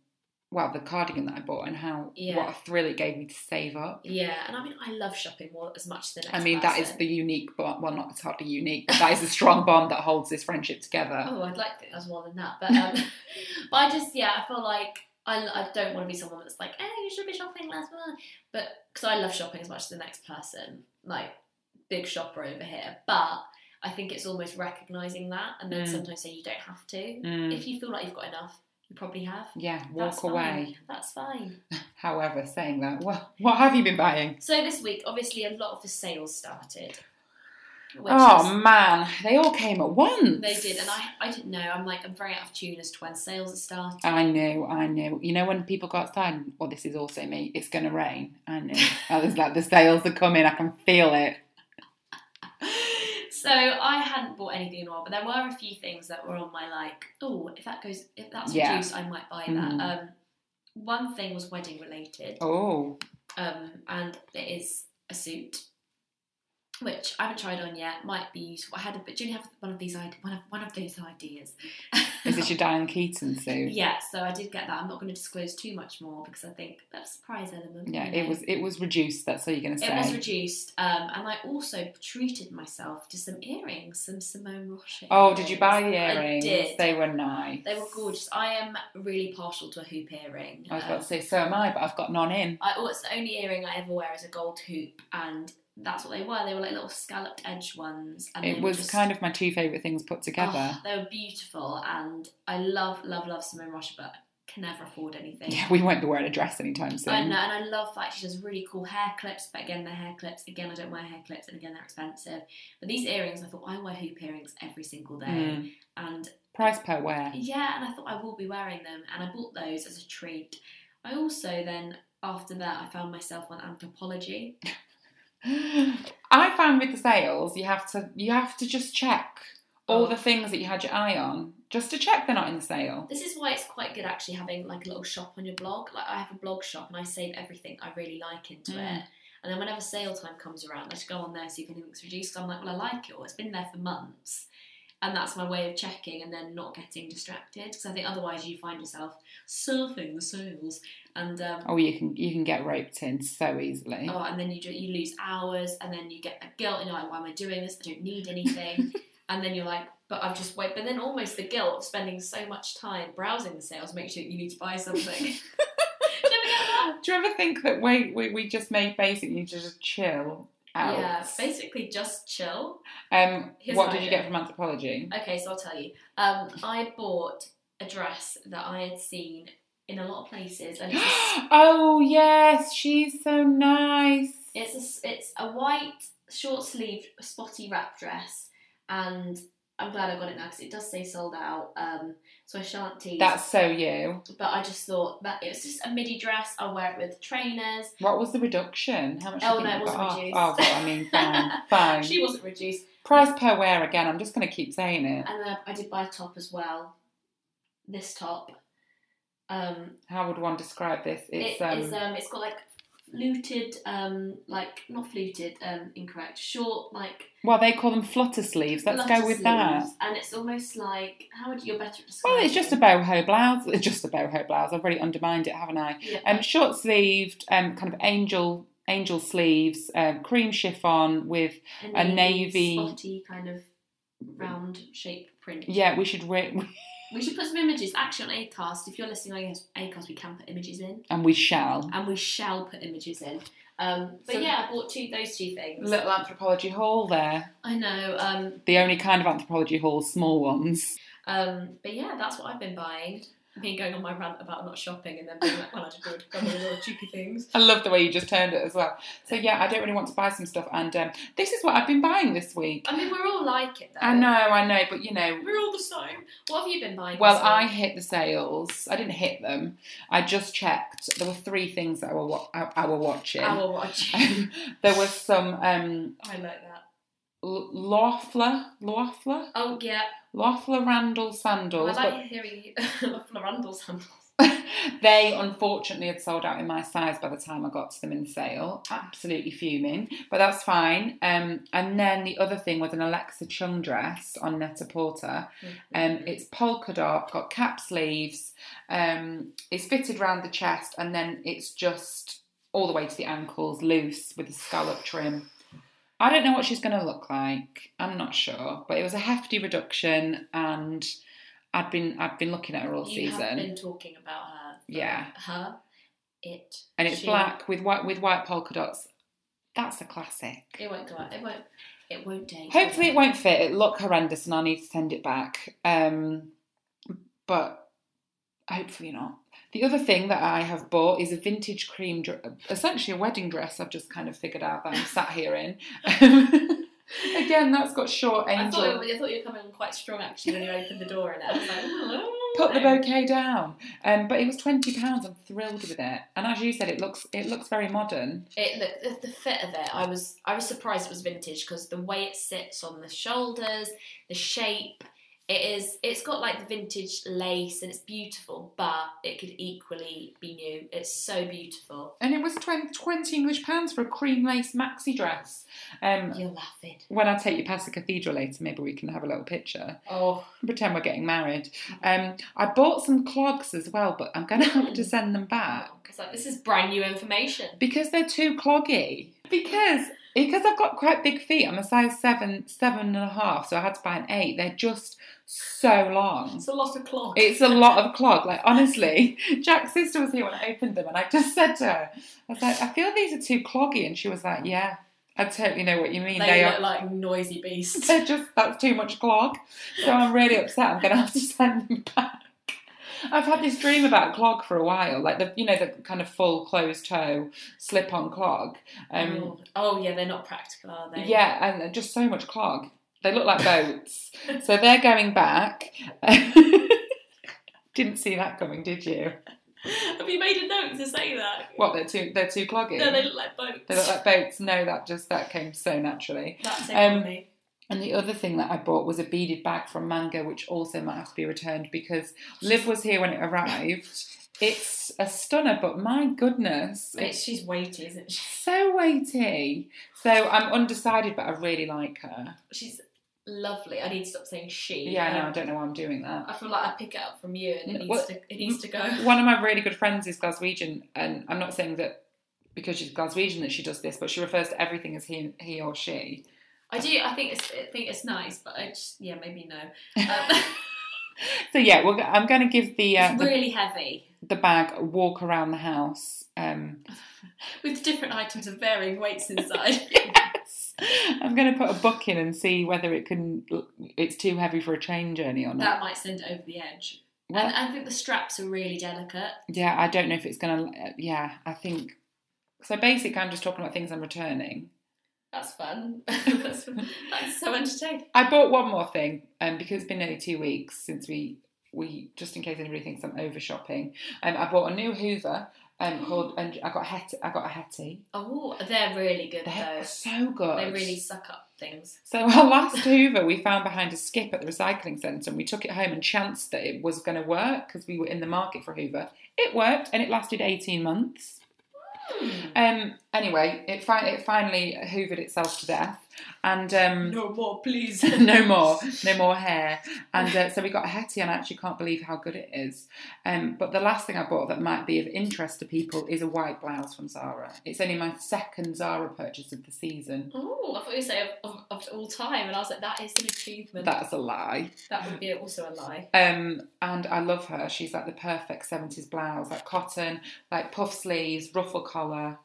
[SPEAKER 1] well the cardigan that I bought and how
[SPEAKER 2] Yeah.
[SPEAKER 1] what a thrill it gave me to save up.
[SPEAKER 2] Yeah. And I mean I love shopping more as much as the next
[SPEAKER 1] I mean that is
[SPEAKER 2] person.
[SPEAKER 1] the unique bond. Well, not it's hardly unique, but that is the strong bond that holds this friendship together.
[SPEAKER 2] Oh, I'd like to think that's more than that, but um, but I just yeah, I feel like I, I don't want to be someone that's like, eh, you should be shopping less, blah, blah. but because I love shopping as much as the next person, like big shopper over here. But I think it's almost recognizing that, and then
[SPEAKER 1] Mm.
[SPEAKER 2] sometimes say you don't have to.
[SPEAKER 1] Mm.
[SPEAKER 2] If you feel like you've got enough, you probably have.
[SPEAKER 1] Yeah,
[SPEAKER 2] That's
[SPEAKER 1] walk
[SPEAKER 2] fine.
[SPEAKER 1] away.
[SPEAKER 2] That's fine.
[SPEAKER 1] However, saying that, what what have you been buying?
[SPEAKER 2] So this week, obviously, a lot of the sales started. Which is-
[SPEAKER 1] Oh man, they all came at once.
[SPEAKER 2] they did, and I, I didn't know. I'm like, I'm very out of tune as to when sales are starting.
[SPEAKER 1] I knew, I knew. You know when people go outside, and, well, this is also me. It's going to rain. I knew. I was like, the sales are coming. I can feel it.
[SPEAKER 2] So I hadn't bought anything in a while, but there were a few things that were on my like, oh, if that goes, if that's
[SPEAKER 1] Yeah. Mm-hmm.
[SPEAKER 2] reduced, I might buy that. Um, one thing was wedding related,
[SPEAKER 1] Oh,
[SPEAKER 2] um, and it is a suit, which I haven't tried on yet. Might be useful. I had, a, but Julie have one of these ideas. One of one of those ideas.
[SPEAKER 1] is this your Diane Keaton suit?
[SPEAKER 2] yeah, so I did get that. I'm not going to disclose too much more because I think that's a surprise element.
[SPEAKER 1] Yeah,
[SPEAKER 2] you
[SPEAKER 1] it
[SPEAKER 2] know.
[SPEAKER 1] was. It was reduced. That's all you're going to say.
[SPEAKER 2] It was reduced, um, and I also treated myself to some earrings, some Simone Roche.
[SPEAKER 1] oh, did you buy the earrings?
[SPEAKER 2] earrings? I did.
[SPEAKER 1] They were nice.
[SPEAKER 2] They were gorgeous. I am really partial to a hoop earring.
[SPEAKER 1] I was about
[SPEAKER 2] Um,
[SPEAKER 1] to say, so am I, but I've got none in.
[SPEAKER 2] I, oh, it's the only earring I ever wear is a gold hoop, and that's what they were. They were like little scalloped edge ones. And
[SPEAKER 1] It was kind of my two favourite things put together.
[SPEAKER 2] Oh, they were beautiful, and I love, love, love Simone Roche, but I can never afford anything.
[SPEAKER 1] Yeah, we won't be wearing a dress anytime soon.
[SPEAKER 2] I know, and I love that she does really cool hair clips, but again, they're hair clips. Again, I don't wear hair clips, and again, they're expensive. But these earrings, I thought I wear hoop earrings every single day,
[SPEAKER 1] Mm.
[SPEAKER 2] and
[SPEAKER 1] Price per wear.
[SPEAKER 2] yeah, and I thought I will be wearing them, and I bought those as a treat. I also then, after that, I found myself on anthropology.
[SPEAKER 1] I found with the sales, you have to you have to just check all
[SPEAKER 2] Oh.
[SPEAKER 1] the things that you had your eye on, just to check they're not in the sale.
[SPEAKER 2] This is why it's quite good actually having like a little shop on your blog. Like I have a blog shop, and I save everything I really like into it. And then whenever sale time comes around, I just go on there and see if anything's reduced. 'Cause I'm like, well, I like it, or it's been there for months. And that's my way of checking and then not getting distracted. Because I think otherwise you find yourself surfing the sales. And um,
[SPEAKER 1] Oh, you can you can get roped in so easily.
[SPEAKER 2] Oh, and then you do, you lose hours, and then you get that guilt, and you're like, why am I doing this? I don't need anything. and then you're like, but I've just wait. But then almost the guilt of spending so much time browsing the sales makes you you need to buy something. Never get that.
[SPEAKER 1] Do you ever think that we we, we just made basically just chill out?
[SPEAKER 2] Yeah, basically just chill.
[SPEAKER 1] Um,
[SPEAKER 2] Here's
[SPEAKER 1] what
[SPEAKER 2] an
[SPEAKER 1] did you
[SPEAKER 2] idea.
[SPEAKER 1] get from anthropology?
[SPEAKER 2] Okay, so I'll tell you. Um, I bought a dress that I had seen in a lot of places, and it's a,
[SPEAKER 1] oh yes, she's so nice.
[SPEAKER 2] it's a, it's a white short sleeved spotty wrap dress, and I'm glad I got it now because it does say sold out. Um, so I shan't tease.
[SPEAKER 1] That's so you.
[SPEAKER 2] but I just thought that it was just a midi dress. I'll wear it with trainers.
[SPEAKER 1] What was the reduction? How much? do you
[SPEAKER 2] oh
[SPEAKER 1] think
[SPEAKER 2] no, it
[SPEAKER 1] you
[SPEAKER 2] wasn't
[SPEAKER 1] got off?
[SPEAKER 2] reduced.
[SPEAKER 1] Oh, well, I mean, fine, fine.
[SPEAKER 2] she wasn't reduced,
[SPEAKER 1] Price per wear again. I'm just going to keep saying it.
[SPEAKER 2] and then I, I did buy a top as well. This top, um,
[SPEAKER 1] How would one describe this? It's
[SPEAKER 2] it's
[SPEAKER 1] um,
[SPEAKER 2] um, it's got like fluted, um, like not fluted, um, incorrect, short, like
[SPEAKER 1] well, they call them flutter sleeves. Let's
[SPEAKER 2] flutter
[SPEAKER 1] go with
[SPEAKER 2] sleeves,
[SPEAKER 1] that.
[SPEAKER 2] And it's almost like how would you, you're better at describing?
[SPEAKER 1] Well, it's just a
[SPEAKER 2] about.
[SPEAKER 1] boho blouse. It's just a boho blouse. I've really undermined it, haven't I?
[SPEAKER 2] Yeah.
[SPEAKER 1] Um, short sleeved, um, kind of angel angel sleeves, um, cream chiffon with a navy.
[SPEAKER 2] spotty kind of round shape print.
[SPEAKER 1] Yeah, we should re-
[SPEAKER 2] we should put some images. Actually, on Acast, if you're listening on Acast, we can put images in.
[SPEAKER 1] and we shall.
[SPEAKER 2] and we shall put images in. Um, but
[SPEAKER 1] So-
[SPEAKER 2] yeah, I bought two those two things.
[SPEAKER 1] Little anthropology hall there.
[SPEAKER 2] I know. Um,
[SPEAKER 1] The only kind of anthropology hall, small ones.
[SPEAKER 2] um, but yeah, that's what I've been buying. Me going on my rant about not shopping and then being like, well, I just bought a couple of little cheeky things.
[SPEAKER 1] I love the way you just turned it as well. So yeah, I don't really want to buy some stuff, and um, this is what I've been buying this week.
[SPEAKER 2] I mean, we're all like it though.
[SPEAKER 1] I know, I know, but you know,
[SPEAKER 2] We're all the same. What have you been buying?
[SPEAKER 1] Well,
[SPEAKER 2] this
[SPEAKER 1] I
[SPEAKER 2] week?
[SPEAKER 1] hit the sales. I didn't hit them. I just checked. There were three things that I were, wa- I, I were watching.
[SPEAKER 2] Our watching.
[SPEAKER 1] there was some um,
[SPEAKER 2] I like that.
[SPEAKER 1] L- Loeffler, Loeffler,
[SPEAKER 2] Oh yeah,
[SPEAKER 1] Loeffler Randall sandals.
[SPEAKER 2] I like hearing you. Florandal sandals.
[SPEAKER 1] but they unfortunately had sold out in my size by the time I got to them in the sale. Absolutely fuming, but that's fine. Um, and then the other thing was an Alexa Chung dress on Netta Porter.
[SPEAKER 2] Mm-hmm.
[SPEAKER 1] Um, it's polka dot, got cap sleeves. Um, it's fitted round the chest, and then it's just all the way to the ankles, loose with a scallop trim. I don't know what she's going to look like. I'm not sure, but it was a hefty reduction, and I'd been I'd been looking at her all
[SPEAKER 2] You
[SPEAKER 1] season.
[SPEAKER 2] have been talking about her.
[SPEAKER 1] Yeah.
[SPEAKER 2] Her. It.
[SPEAKER 1] and it's
[SPEAKER 2] she.
[SPEAKER 1] black with white with white polka dots. That's a classic.
[SPEAKER 2] It won't go out. It won't. It won't date.
[SPEAKER 1] Hopefully, it won't fit. It looked horrendous, and I need to send it back. Um, but hopefully not. The other thing that I have bought is a vintage cream, dr- essentially a wedding dress. I've just kind of figured out that I'm sat here in. Again, that's got short
[SPEAKER 2] I
[SPEAKER 1] angel.
[SPEAKER 2] thought, it was- I thought you were coming on quite strong actually when you opened the door and I was like, "Ooh,
[SPEAKER 1] Put the
[SPEAKER 2] no."
[SPEAKER 1] bouquet down, um, but it was twenty pounds. I'm thrilled with it, and as you said, it looks it looks very modern.
[SPEAKER 2] It looked the, the fit of it. I was I was surprised it was vintage because the way it sits on the shoulders, the shape, it is. It's got like the vintage lace and it's beautiful, but it could equally be new. It's so beautiful.
[SPEAKER 1] and it was 20, 20 English pounds for a cream lace maxi dress. Um,
[SPEAKER 2] You're laughing.
[SPEAKER 1] When I take you past the cathedral later, maybe we can have a little picture.
[SPEAKER 2] Oh,
[SPEAKER 1] Pretend we're getting married. Um, I bought some clogs as well, but I'm going to have to send them back
[SPEAKER 2] it's like this is brand new information.
[SPEAKER 1] because they're too cloggy. Because because I've got quite big feet. I'm a size seven, seven and a half, so I had to buy an eight. They're just so long.
[SPEAKER 2] It's a lot of cloth.
[SPEAKER 1] It's a lot of clog. Like honestly, Jack's sister was here when I opened them, and I just said to her, "I was like, I feel these are too cloggy," and she was like, "Yeah, I totally know what you mean.
[SPEAKER 2] they,
[SPEAKER 1] They,
[SPEAKER 2] look
[SPEAKER 1] are."
[SPEAKER 2] like noisy beasts.
[SPEAKER 1] they're just that's too much clog. So I'm really upset. I'm going to have to send them back. I've had this dream about clog for a while, like the you know the kind of full closed toe slip on clog. Um,
[SPEAKER 2] oh yeah, they're not practical, are they?
[SPEAKER 1] yeah, and they're just so much clog. They look like boats. so they're going back. Didn't see that coming, did you?
[SPEAKER 2] Have you made a note to say that?
[SPEAKER 1] What they're too they're too cloggy.
[SPEAKER 2] No, they look like boats.
[SPEAKER 1] They look like boats. No, that just that came so naturally.
[SPEAKER 2] That's it
[SPEAKER 1] Um,
[SPEAKER 2] for me.
[SPEAKER 1] And the other thing that I bought was a beaded bag from Manga, which also might have to be returned because Liv was here when it arrived. It's a stunner, but my goodness,
[SPEAKER 2] It's, she's weighty, isn't she?
[SPEAKER 1] so weighty. So I'm undecided, but I really like her.
[SPEAKER 2] She's lovely. I need to stop saying she.
[SPEAKER 1] Yeah, I know.
[SPEAKER 2] Um,
[SPEAKER 1] I don't know why I'm doing that.
[SPEAKER 2] I feel like I pick it up from you, and it needs
[SPEAKER 1] Well-
[SPEAKER 2] to. It needs to go.
[SPEAKER 1] One of my really good friends is Glaswegian, and I'm not saying that because she's Glaswegian that she does this, but she refers to everything as he, he or she.
[SPEAKER 2] I do. I think it's. I think it's nice, but I just. Yeah, maybe no. Um,
[SPEAKER 1] So yeah, we're, go- I'm going to give the, uh,
[SPEAKER 2] it's
[SPEAKER 1] the
[SPEAKER 2] really heavy
[SPEAKER 1] the bag a walk around the house. Um,
[SPEAKER 2] with different items of varying weights inside.
[SPEAKER 1] I'm going to put a book in and see whether it can. It's too heavy for a train journey or not.
[SPEAKER 2] That might send it over the edge.
[SPEAKER 1] Well-
[SPEAKER 2] and I think the straps are really delicate.
[SPEAKER 1] yeah, I don't know if it's going to. Yeah, I think. So basically, I'm just talking about things I'm returning.
[SPEAKER 2] That's fun. that's, that's so entertaining.
[SPEAKER 1] I bought one more thing um, because it's been nearly two weeks since we we just in case anybody thinks I'm over shopping. Um, I bought a new Hoover um, called and I got a Hetty. I got a Hetty.
[SPEAKER 2] Oh, they're really good
[SPEAKER 1] They're
[SPEAKER 2] though.
[SPEAKER 1] so good.
[SPEAKER 2] They really suck up things.
[SPEAKER 1] So our last Hoover we found behind a skip at the recycling centre, and we took it home and chanced that it was going to work because we were in the market for a Hoover. It worked, and it lasted eighteen months.
[SPEAKER 2] Hmm.
[SPEAKER 1] Um. Anyway, it fi- it finally hoovered itself to death, and um,
[SPEAKER 2] No more, please.
[SPEAKER 1] no more, no more hair. And uh, so we got a Hetty, and I actually can't believe how good it is. Um, but the last thing I bought that might be of interest to people is a white blouse from Zara. It's only my second Zara purchase of the season.
[SPEAKER 2] Oh, I thought you say of, of, of all time, and I was like, that is an achievement.
[SPEAKER 1] That's a lie.
[SPEAKER 2] that would be also a lie.
[SPEAKER 1] Um, and I love her. She's like the perfect 70s blouse, like cotton, like puff sleeves, ruffle collar.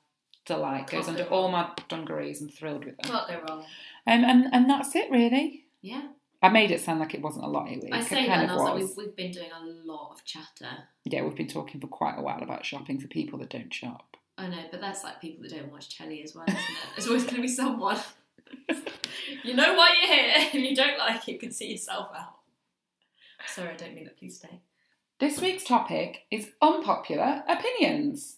[SPEAKER 1] Delight goes under all my dungarees. I'm thrilled with them.
[SPEAKER 2] Can't go wrong.
[SPEAKER 1] Um, and and that's it really.
[SPEAKER 2] Yeah,
[SPEAKER 1] I made it sound like it wasn't a lot. It, it
[SPEAKER 2] I say
[SPEAKER 1] kind
[SPEAKER 2] that,
[SPEAKER 1] of
[SPEAKER 2] and I was like,
[SPEAKER 1] was.
[SPEAKER 2] we've, we've been doing a lot of chatter.
[SPEAKER 1] yeah, we've been talking for quite a while about shopping for people that don't shop.
[SPEAKER 2] I know, but that's like people that don't watch telly as well, isn't it? There's always going to be someone. you know why you're here, and you don't like it, you can see yourself out. Sorry, I don't mean that. Please stay.
[SPEAKER 1] This week's topic is unpopular opinions.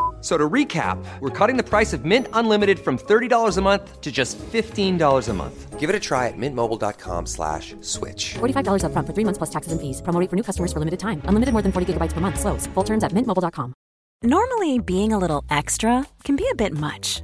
[SPEAKER 3] So to recap, we're cutting the price of Mint Unlimited from $30 a month to just $15 a month. Give it a try at mintmobile.com slash switch.
[SPEAKER 4] $45 upfront for three months plus taxes and fees. Promo rate for new customers for limited time. Unlimited more than 40 gigabytes per month. Slows. Full terms at mintmobile.com.
[SPEAKER 5] Normally, being a little extra can be a bit much,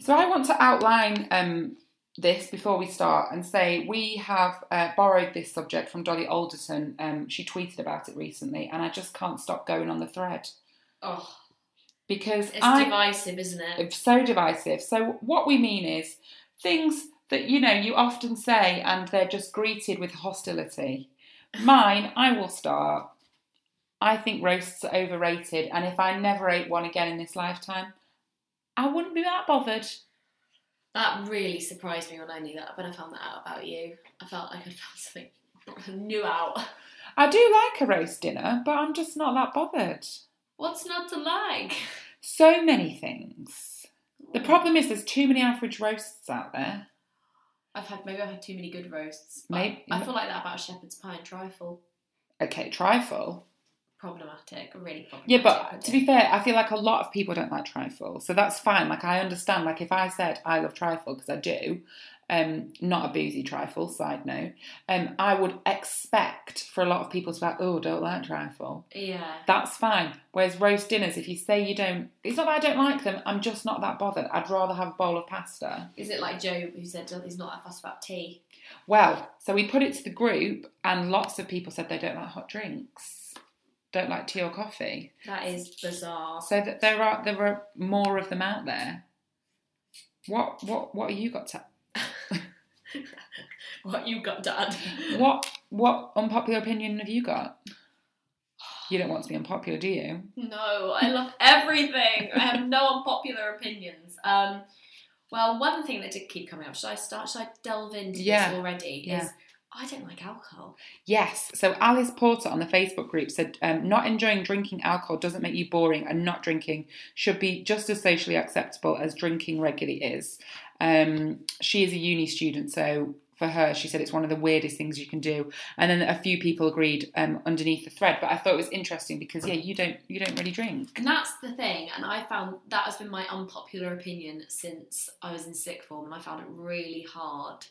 [SPEAKER 1] So I want to outline um, this before we start and say we have uh, borrowed this subject from Dolly Alderton. Um, she tweeted about it recently, and I just can't stop going on the thread
[SPEAKER 2] Oh,
[SPEAKER 1] because
[SPEAKER 2] it's
[SPEAKER 1] I
[SPEAKER 2] divisive, isn't it?
[SPEAKER 1] It's so divisive. So what we mean is things that you know you often say and they're just greeted with hostility. Mine, I will start. I think roasts are overrated, and if I never ate one again in this lifetime, I wouldn't be that bothered.
[SPEAKER 2] That really surprised me when I knew that. When I found that out about you, I felt like I found something new out.
[SPEAKER 1] I do like a roast dinner, but I'm just not that bothered.
[SPEAKER 2] What's not to like?
[SPEAKER 1] So many things.
[SPEAKER 2] Mm.
[SPEAKER 1] The problem is there's too many average roasts out there.
[SPEAKER 2] I've had maybe I've had too many good roasts. but
[SPEAKER 1] Maybe-
[SPEAKER 2] I feel like that about shepherd's pie and trifle.
[SPEAKER 1] Okay, trifle.
[SPEAKER 2] Problematic, really problematic.
[SPEAKER 1] Yeah, but to be fair, I feel like a lot of people don't like trifle, so that's fine. Like I understand. Like if I said I love trifle because I do, um, not a boozy trifle. Side note, um, I would expect for a lot of people to be like, oh, don't like trifle.
[SPEAKER 2] yeah,
[SPEAKER 1] That's fine. Whereas roast dinners, if you say you don't, it's not that I don't like them. I'm just not that bothered. I'd rather have a bowl of pasta.
[SPEAKER 2] is it like Joe who said oh, he's not that fussed about tea?
[SPEAKER 1] Well, so we put it to the group, and lots of people said they don't like hot drinks. don't like tea or coffee.
[SPEAKER 2] That is bizarre.
[SPEAKER 1] So that there are there are more of them out there. What what what have you got to
[SPEAKER 2] what you got, Dad?
[SPEAKER 1] what what unpopular opinion have you got? You don't want to be unpopular, do you?
[SPEAKER 2] No, I love everything. I have no unpopular opinions. Um, well, one thing that did keep coming up. Should I start? Should I delve into
[SPEAKER 1] Yeah.
[SPEAKER 2] this already?
[SPEAKER 1] Yeah.
[SPEAKER 2] Is I don't like alcohol.
[SPEAKER 1] Yes. So Alice Porter on the Facebook group said, um, not enjoying drinking alcohol doesn't make you boring, and not drinking should be just as socially acceptable as drinking regularly is. Um, she is a uni student, so for her, she said it's one of the weirdest things you can do. And then a few people agreed um, underneath the thread, but I thought it was interesting because yeah, you don't you don't really drink.
[SPEAKER 2] And that's the thing, and I found that has been my unpopular opinion since I was in sick form, and I found it really hard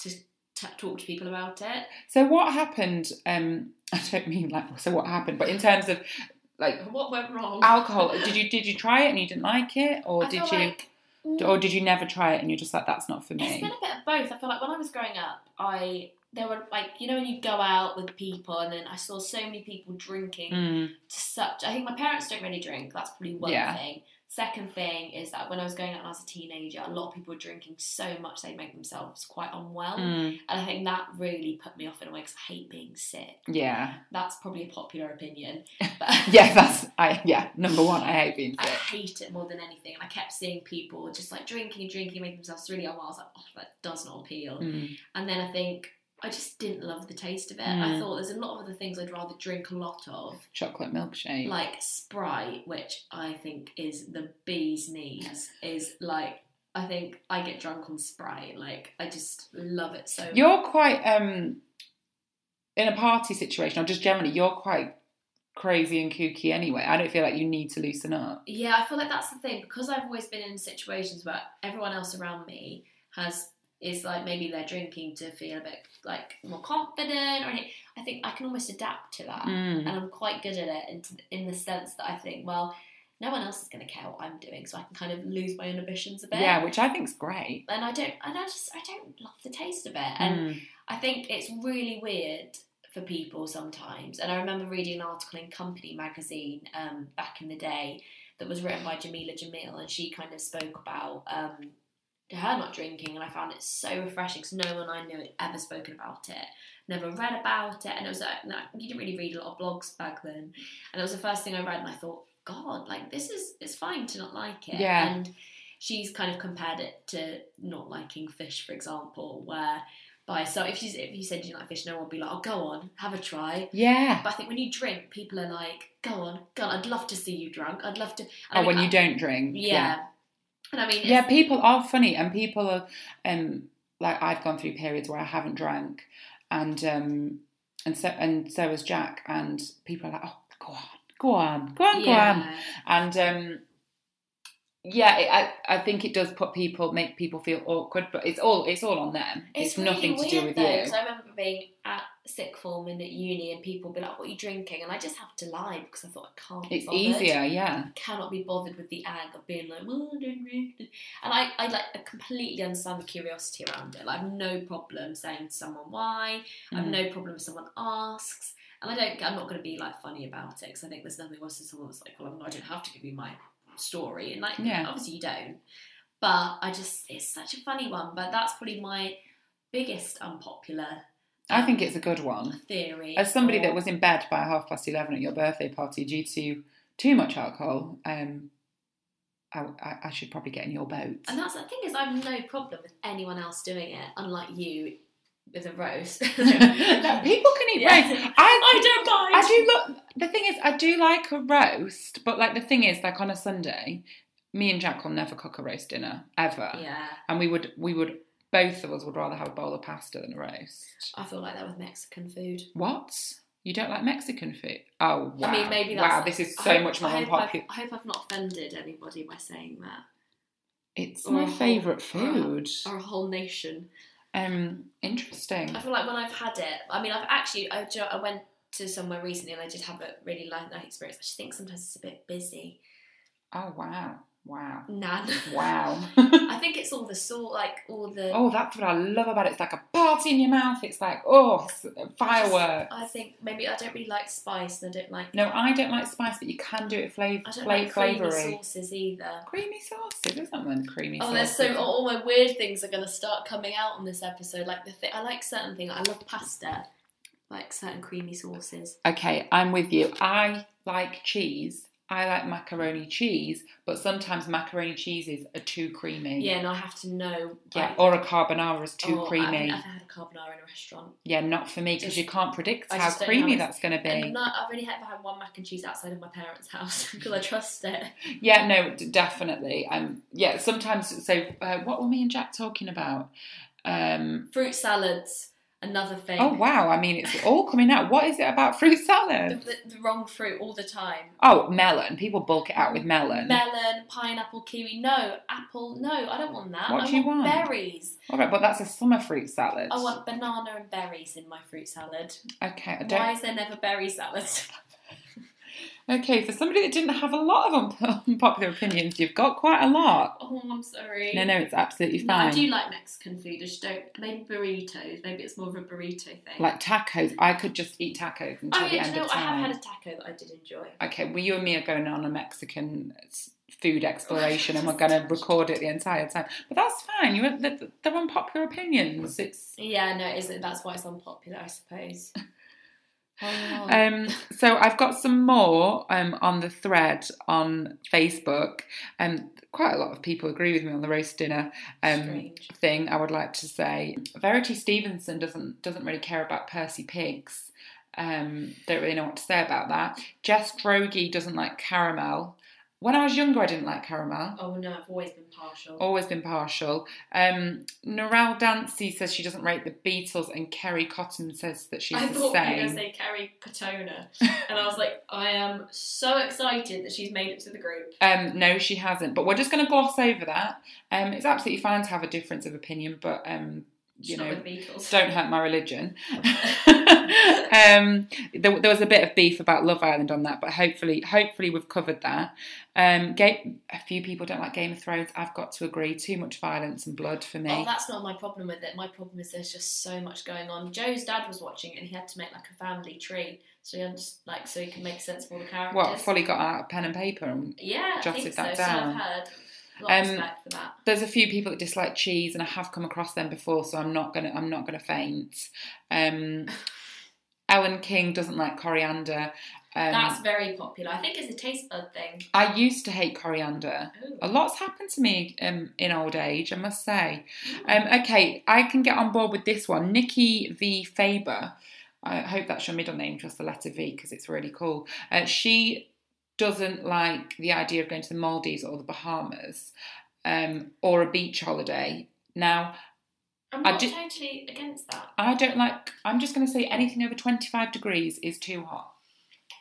[SPEAKER 2] to t- talk to people about it.
[SPEAKER 1] So what happened? Um, I don't mean like so what happened, but in terms of like
[SPEAKER 2] What went wrong?
[SPEAKER 1] alcohol, did you did you try it and you didn't like it, or
[SPEAKER 2] I
[SPEAKER 1] did
[SPEAKER 2] feel
[SPEAKER 1] you?
[SPEAKER 2] like-
[SPEAKER 1] or did you never try it and you're just like that's not for
[SPEAKER 2] It's
[SPEAKER 1] me
[SPEAKER 2] been a bit of both. I feel like when I was growing up, I there were like you know when you go out with people and then I saw so many people drinking
[SPEAKER 1] Mm,
[SPEAKER 2] to such. I think my parents don't really drink. That's probably one
[SPEAKER 1] Yeah.
[SPEAKER 2] thing. Second thing is that when I was going out and I was a teenager, a lot of people were drinking so much they make themselves quite unwell,
[SPEAKER 1] mm,
[SPEAKER 2] and I think that really put me off in a way because I hate being sick.
[SPEAKER 1] yeah
[SPEAKER 2] That's probably a popular opinion. But
[SPEAKER 1] yeah that's i yeah number one i hate being
[SPEAKER 2] I
[SPEAKER 1] sick
[SPEAKER 2] hate it more than anything. And I kept seeing people just like drinking and drinking, making themselves really unwell. I was like, oh, that does not appeal.
[SPEAKER 1] Mm.
[SPEAKER 2] And then I think I just didn't love the taste of it. I thought there's a lot of other things I'd rather drink a lot of,
[SPEAKER 1] chocolate milkshake
[SPEAKER 2] like Sprite, which I think is the bee's knees. Is like I think I get drunk on Sprite. Like I just love it so.
[SPEAKER 1] you're quite um in a party situation or just generally you're quite crazy and kooky anyway i don't feel like you need to loosen up
[SPEAKER 2] Yeah, I feel like that's the thing because I've always been in situations where everyone else around me has is like maybe they're drinking to feel a bit like more confident or anything. I think I can almost adapt to that, and I'm quite good at it in, in the sense that I think well, no one else is going to care what I'm doing, so I can kind of lose my inhibitions a bit.
[SPEAKER 1] yeah which i think's great
[SPEAKER 2] and I don't, and I just I don't love the taste of it, and
[SPEAKER 1] Mm.
[SPEAKER 2] I think it's really weird for people sometimes. And I remember reading an article in Company magazine um, back in the day that was written by Jamila Jamil, and she kind of spoke about um, her not drinking, and I found it so refreshing because no one I knew had ever spoken about it, never read about it, and it was like no, you didn't really read a lot of blogs back then, and it was the first thing I read, and I thought, God, like this is it's fine to not like it,
[SPEAKER 1] Yeah.
[SPEAKER 2] and. She's kind of compared it to not liking fish, for example, where by so if you if you said you like fish, no one would be like, oh, go on, have a try.
[SPEAKER 1] yeah
[SPEAKER 2] But I think when you drink, people are like, go on, go on. I'd love to see you drunk. I'd love to. And I
[SPEAKER 1] oh
[SPEAKER 2] mean,
[SPEAKER 1] when
[SPEAKER 2] I-
[SPEAKER 1] you don't drink
[SPEAKER 2] yeah. And I mean, it's-
[SPEAKER 1] yeah people are funny and people are um like i've gone through periods where i haven't drank and um and so and so has jack and people are like oh go on go on go on
[SPEAKER 2] yeah,
[SPEAKER 1] go on and um yeah, it, I I think it does put people make people feel awkward, but it's all it's all on them. It's,
[SPEAKER 2] really
[SPEAKER 1] nothing to do
[SPEAKER 2] weird,
[SPEAKER 1] with
[SPEAKER 2] though,
[SPEAKER 1] you.
[SPEAKER 2] 'cause I remember being at sick form and at uni, and people would be like, "What are you drinking?" And I just have to lie because I thought I can't. be
[SPEAKER 1] It's
[SPEAKER 2] bothered.
[SPEAKER 1] easier, yeah.
[SPEAKER 2] cannot be bothered with the ag of being like, well, I don't really. And I, I like I completely understand the curiosity around it. Like, I've no problem saying to someone why.
[SPEAKER 1] Mm-hmm.
[SPEAKER 2] I've no problem if someone asks. And I don't. I'm not going to be like funny about it because I think there's nothing worse than someone that's like, well, I'm not- I don't have to give you my story. And like,
[SPEAKER 1] Yeah.
[SPEAKER 2] obviously you don't. But I just, it's such a funny one. But that's probably my biggest unpopular
[SPEAKER 1] I think it's a good one.
[SPEAKER 2] theory.
[SPEAKER 1] As somebody
[SPEAKER 2] or-
[SPEAKER 1] that was in bed by half past eleven at your birthday party due to too much alcohol, um, I, I, I should probably get in your boat.
[SPEAKER 2] And that's the thing is, I've no problem with anyone else doing it, unlike you with a roast.
[SPEAKER 1] No, people can eat
[SPEAKER 2] Yeah.
[SPEAKER 1] roast. I,
[SPEAKER 2] I don't mind.
[SPEAKER 1] I do look. The thing is, I do like a roast, but like the thing is, like on a Sunday, me and Jack will never cook a roast dinner ever.
[SPEAKER 2] Yeah,
[SPEAKER 1] And we would, we would, both of us would rather have a bowl of pasta than a roast.
[SPEAKER 2] I feel like that with Mexican food.
[SPEAKER 1] What? You don't like Mexican food? Oh wow!
[SPEAKER 2] I mean, maybe that's,
[SPEAKER 1] wow. This is so
[SPEAKER 2] I hope-
[SPEAKER 1] much more
[SPEAKER 2] I hope
[SPEAKER 1] unpopular.
[SPEAKER 2] I've- I hope I've not offended anybody by saying that.
[SPEAKER 1] It's
[SPEAKER 2] Or a
[SPEAKER 1] my
[SPEAKER 2] whole-
[SPEAKER 1] favourite
[SPEAKER 2] or a-
[SPEAKER 1] food.
[SPEAKER 2] Or a whole nation.
[SPEAKER 1] Um, interesting.
[SPEAKER 2] I feel like when Oh. I've had it, I mean, I've actually, I, do you know, I went to somewhere recently and I did have a really light night experience. I just think sometimes it's a bit busy.
[SPEAKER 1] Oh wow! Wow.
[SPEAKER 2] Nan.
[SPEAKER 1] Wow.
[SPEAKER 2] I think it's all the salt, like all the.
[SPEAKER 1] oh, that's what I love about it. It's like a party in your mouth. It's like, oh, it's fireworks.
[SPEAKER 2] I think maybe I don't really like spice and I don't like.
[SPEAKER 1] No, I don't like spice, but you can do it flavor,
[SPEAKER 2] I don't
[SPEAKER 1] flavor,
[SPEAKER 2] like creamy
[SPEAKER 1] flavoury.
[SPEAKER 2] sauces either.
[SPEAKER 1] Creamy sauces, isn't there? Creamy
[SPEAKER 2] Oh, there's
[SPEAKER 1] sauces.
[SPEAKER 2] so all my weird things are going to start coming out on this episode. Like the thi- I like certain things. I love pasta, I like certain creamy sauces.
[SPEAKER 1] Okay, I'm with you. I like cheese. I like macaroni cheese, but sometimes macaroni cheeses are too creamy.
[SPEAKER 2] Yeah, and I have to know.
[SPEAKER 1] Mm. Yeah,
[SPEAKER 2] like,
[SPEAKER 1] or a carbonara is too
[SPEAKER 2] oh,
[SPEAKER 1] creamy.
[SPEAKER 2] I've, I've had a carbonara in a restaurant.
[SPEAKER 1] yeah, not for me because
[SPEAKER 2] Just-
[SPEAKER 1] you can't predict
[SPEAKER 2] I
[SPEAKER 1] how
[SPEAKER 2] just don't know
[SPEAKER 1] creamy
[SPEAKER 2] it's-
[SPEAKER 1] that's going to be.
[SPEAKER 2] And no, I've only ever had one mac and cheese outside of my parents' house because I trust it.
[SPEAKER 1] Yeah, no, d- definitely. Um, yeah, sometimes. So, uh, what were me and Jack talking about? Um,
[SPEAKER 2] Fruit salads, another thing.
[SPEAKER 1] oh wow, I mean, it's all coming out. What is it about fruit
[SPEAKER 2] The,
[SPEAKER 1] salad?
[SPEAKER 2] the, the wrong fruit all the time.
[SPEAKER 1] Oh, melon. People bulk it out with melon.
[SPEAKER 2] Melon, pineapple, kiwi. No, apple. No, I don't want that.
[SPEAKER 1] What
[SPEAKER 2] I
[SPEAKER 1] do you want?
[SPEAKER 2] Berries.
[SPEAKER 1] all right, but that's a summer fruit salad.
[SPEAKER 2] I want banana and berries in my fruit salad.
[SPEAKER 1] okay, I
[SPEAKER 2] Why
[SPEAKER 1] don't.
[SPEAKER 2] is there never berry salad?
[SPEAKER 1] Okay, for somebody that didn't have a lot of unp- unpopular opinions, you've got quite a lot.
[SPEAKER 2] oh, I'm sorry.
[SPEAKER 1] No, no, it's absolutely fine.
[SPEAKER 2] No, I do like Mexican food. I just don't. Maybe burritos. Maybe it's more of a burrito thing.
[SPEAKER 1] Like tacos, I could just eat tacos until
[SPEAKER 2] oh,
[SPEAKER 1] the
[SPEAKER 2] yeah, do
[SPEAKER 1] end
[SPEAKER 2] you know
[SPEAKER 1] of
[SPEAKER 2] what? I
[SPEAKER 1] time.
[SPEAKER 2] have had a taco that I did enjoy.
[SPEAKER 1] Okay, well, you and me are going on a Mexican s- food exploration, and we're going to record it the entire time. But that's fine. You, they're, they're unpopular opinions. It's
[SPEAKER 2] Yeah, no, is it? That's why it's unpopular, I suppose. Oh.
[SPEAKER 1] um. So I've got some more um on the thread on Facebook, and quite a lot of people agree with me on the roast dinner um
[SPEAKER 2] Strange.
[SPEAKER 1] thing. I would like to say Verity Stevenson doesn't doesn't really care about Percy Pigs. Um, don't really know what to say about that. Jess Drogi doesn't like caramel. When I was younger, I didn't like caramel.
[SPEAKER 2] oh no, I've always been partial.
[SPEAKER 1] Always been partial. Um, Narelle Dancy says she doesn't rate the Beatles, and Kerry Cotton says that she's
[SPEAKER 2] I
[SPEAKER 1] the
[SPEAKER 2] thought you were
[SPEAKER 1] same.
[SPEAKER 2] going to say Carrie Katona, and I was like, I am so excited that she's made it to the group.
[SPEAKER 1] um, no, she hasn't. But we're just going to gloss over that. Um, it's absolutely fine to have a difference of opinion, but um, you
[SPEAKER 2] She's
[SPEAKER 1] know,
[SPEAKER 2] not with Beatles.
[SPEAKER 1] don't hurt my religion. um, there, there was a bit of beef about Love Island on that, but hopefully, hopefully we've covered that. Um, Ga- a few people don't like Game of Thrones. I've got to agree. Too much violence and blood for me.
[SPEAKER 2] Oh, that's not my problem with it. My problem is there's just so much going on. Joe's dad was watching it and he had to make like a family tree so he unders like so he can make sense of all the characters.
[SPEAKER 1] what fully got out pen and paper and
[SPEAKER 2] Yeah, I
[SPEAKER 1] jotted
[SPEAKER 2] think
[SPEAKER 1] that
[SPEAKER 2] so.
[SPEAKER 1] down.
[SPEAKER 2] So I've heard. A lot of
[SPEAKER 1] Um,
[SPEAKER 2] respect for that.
[SPEAKER 1] there's a few people that dislike cheese and I have come across them before so I'm not gonna I'm not gonna faint um Ellen King doesn't like coriander um,
[SPEAKER 2] That's very popular. I think it's a taste bud thing.
[SPEAKER 1] I used to hate coriander.
[SPEAKER 2] Ooh.
[SPEAKER 1] A lot's happened to me um, in old age, I must say. Um, okay, I can get on board with this one. Nikki V. Faber. I hope that's your middle name, just the letter V, because it's really cool. Uh, she doesn't like the idea of going to the Maldives or the Bahamas um, or a beach holiday. Now,
[SPEAKER 2] I'm
[SPEAKER 1] I
[SPEAKER 2] not
[SPEAKER 1] do-
[SPEAKER 2] totally against that.
[SPEAKER 1] I don't like, I'm just going to say anything over 25 degrees is too hot.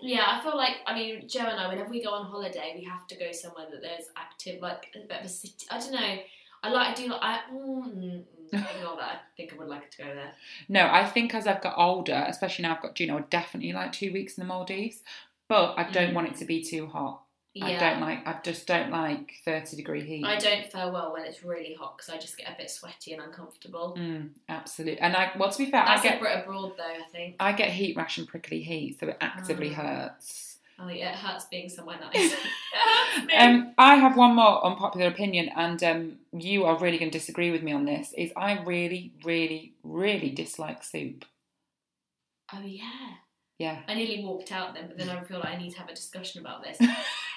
[SPEAKER 2] Yeah, I feel like I mean Joe and I. Whenever we go on holiday, we have to go somewhere that there's active, like a bit of a city. I don't know. I like. I do. Like, I mm, mm, ignore that. I think I would like to go there.
[SPEAKER 1] No, I think as I've got older, especially now I've got Juno, I definitely like two weeks in the Maldives, but I don't want it to be too hot.
[SPEAKER 2] Mm. Yeah,
[SPEAKER 1] I don't like. I just don't like thirty degree heat.
[SPEAKER 2] I don't fare well when it's really hot because I just get a bit sweaty and uncomfortable.
[SPEAKER 1] Mm, absolutely. And I well, to be fair,
[SPEAKER 2] That's
[SPEAKER 1] I get
[SPEAKER 2] a Brit abroad though. I think.
[SPEAKER 1] I get heat rash and prickly heat, so it actively
[SPEAKER 2] Ah.
[SPEAKER 1] hurts.
[SPEAKER 2] Oh, yeah, it hurts being somewhere nice. It hurts me.
[SPEAKER 1] Um, I have one more unpopular opinion, and um, you are really going to disagree with me on this. Is I really, really, really dislike soup.
[SPEAKER 2] oh yeah.
[SPEAKER 1] Yeah,
[SPEAKER 2] I nearly walked out then, but then I feel like I need to have a discussion about this.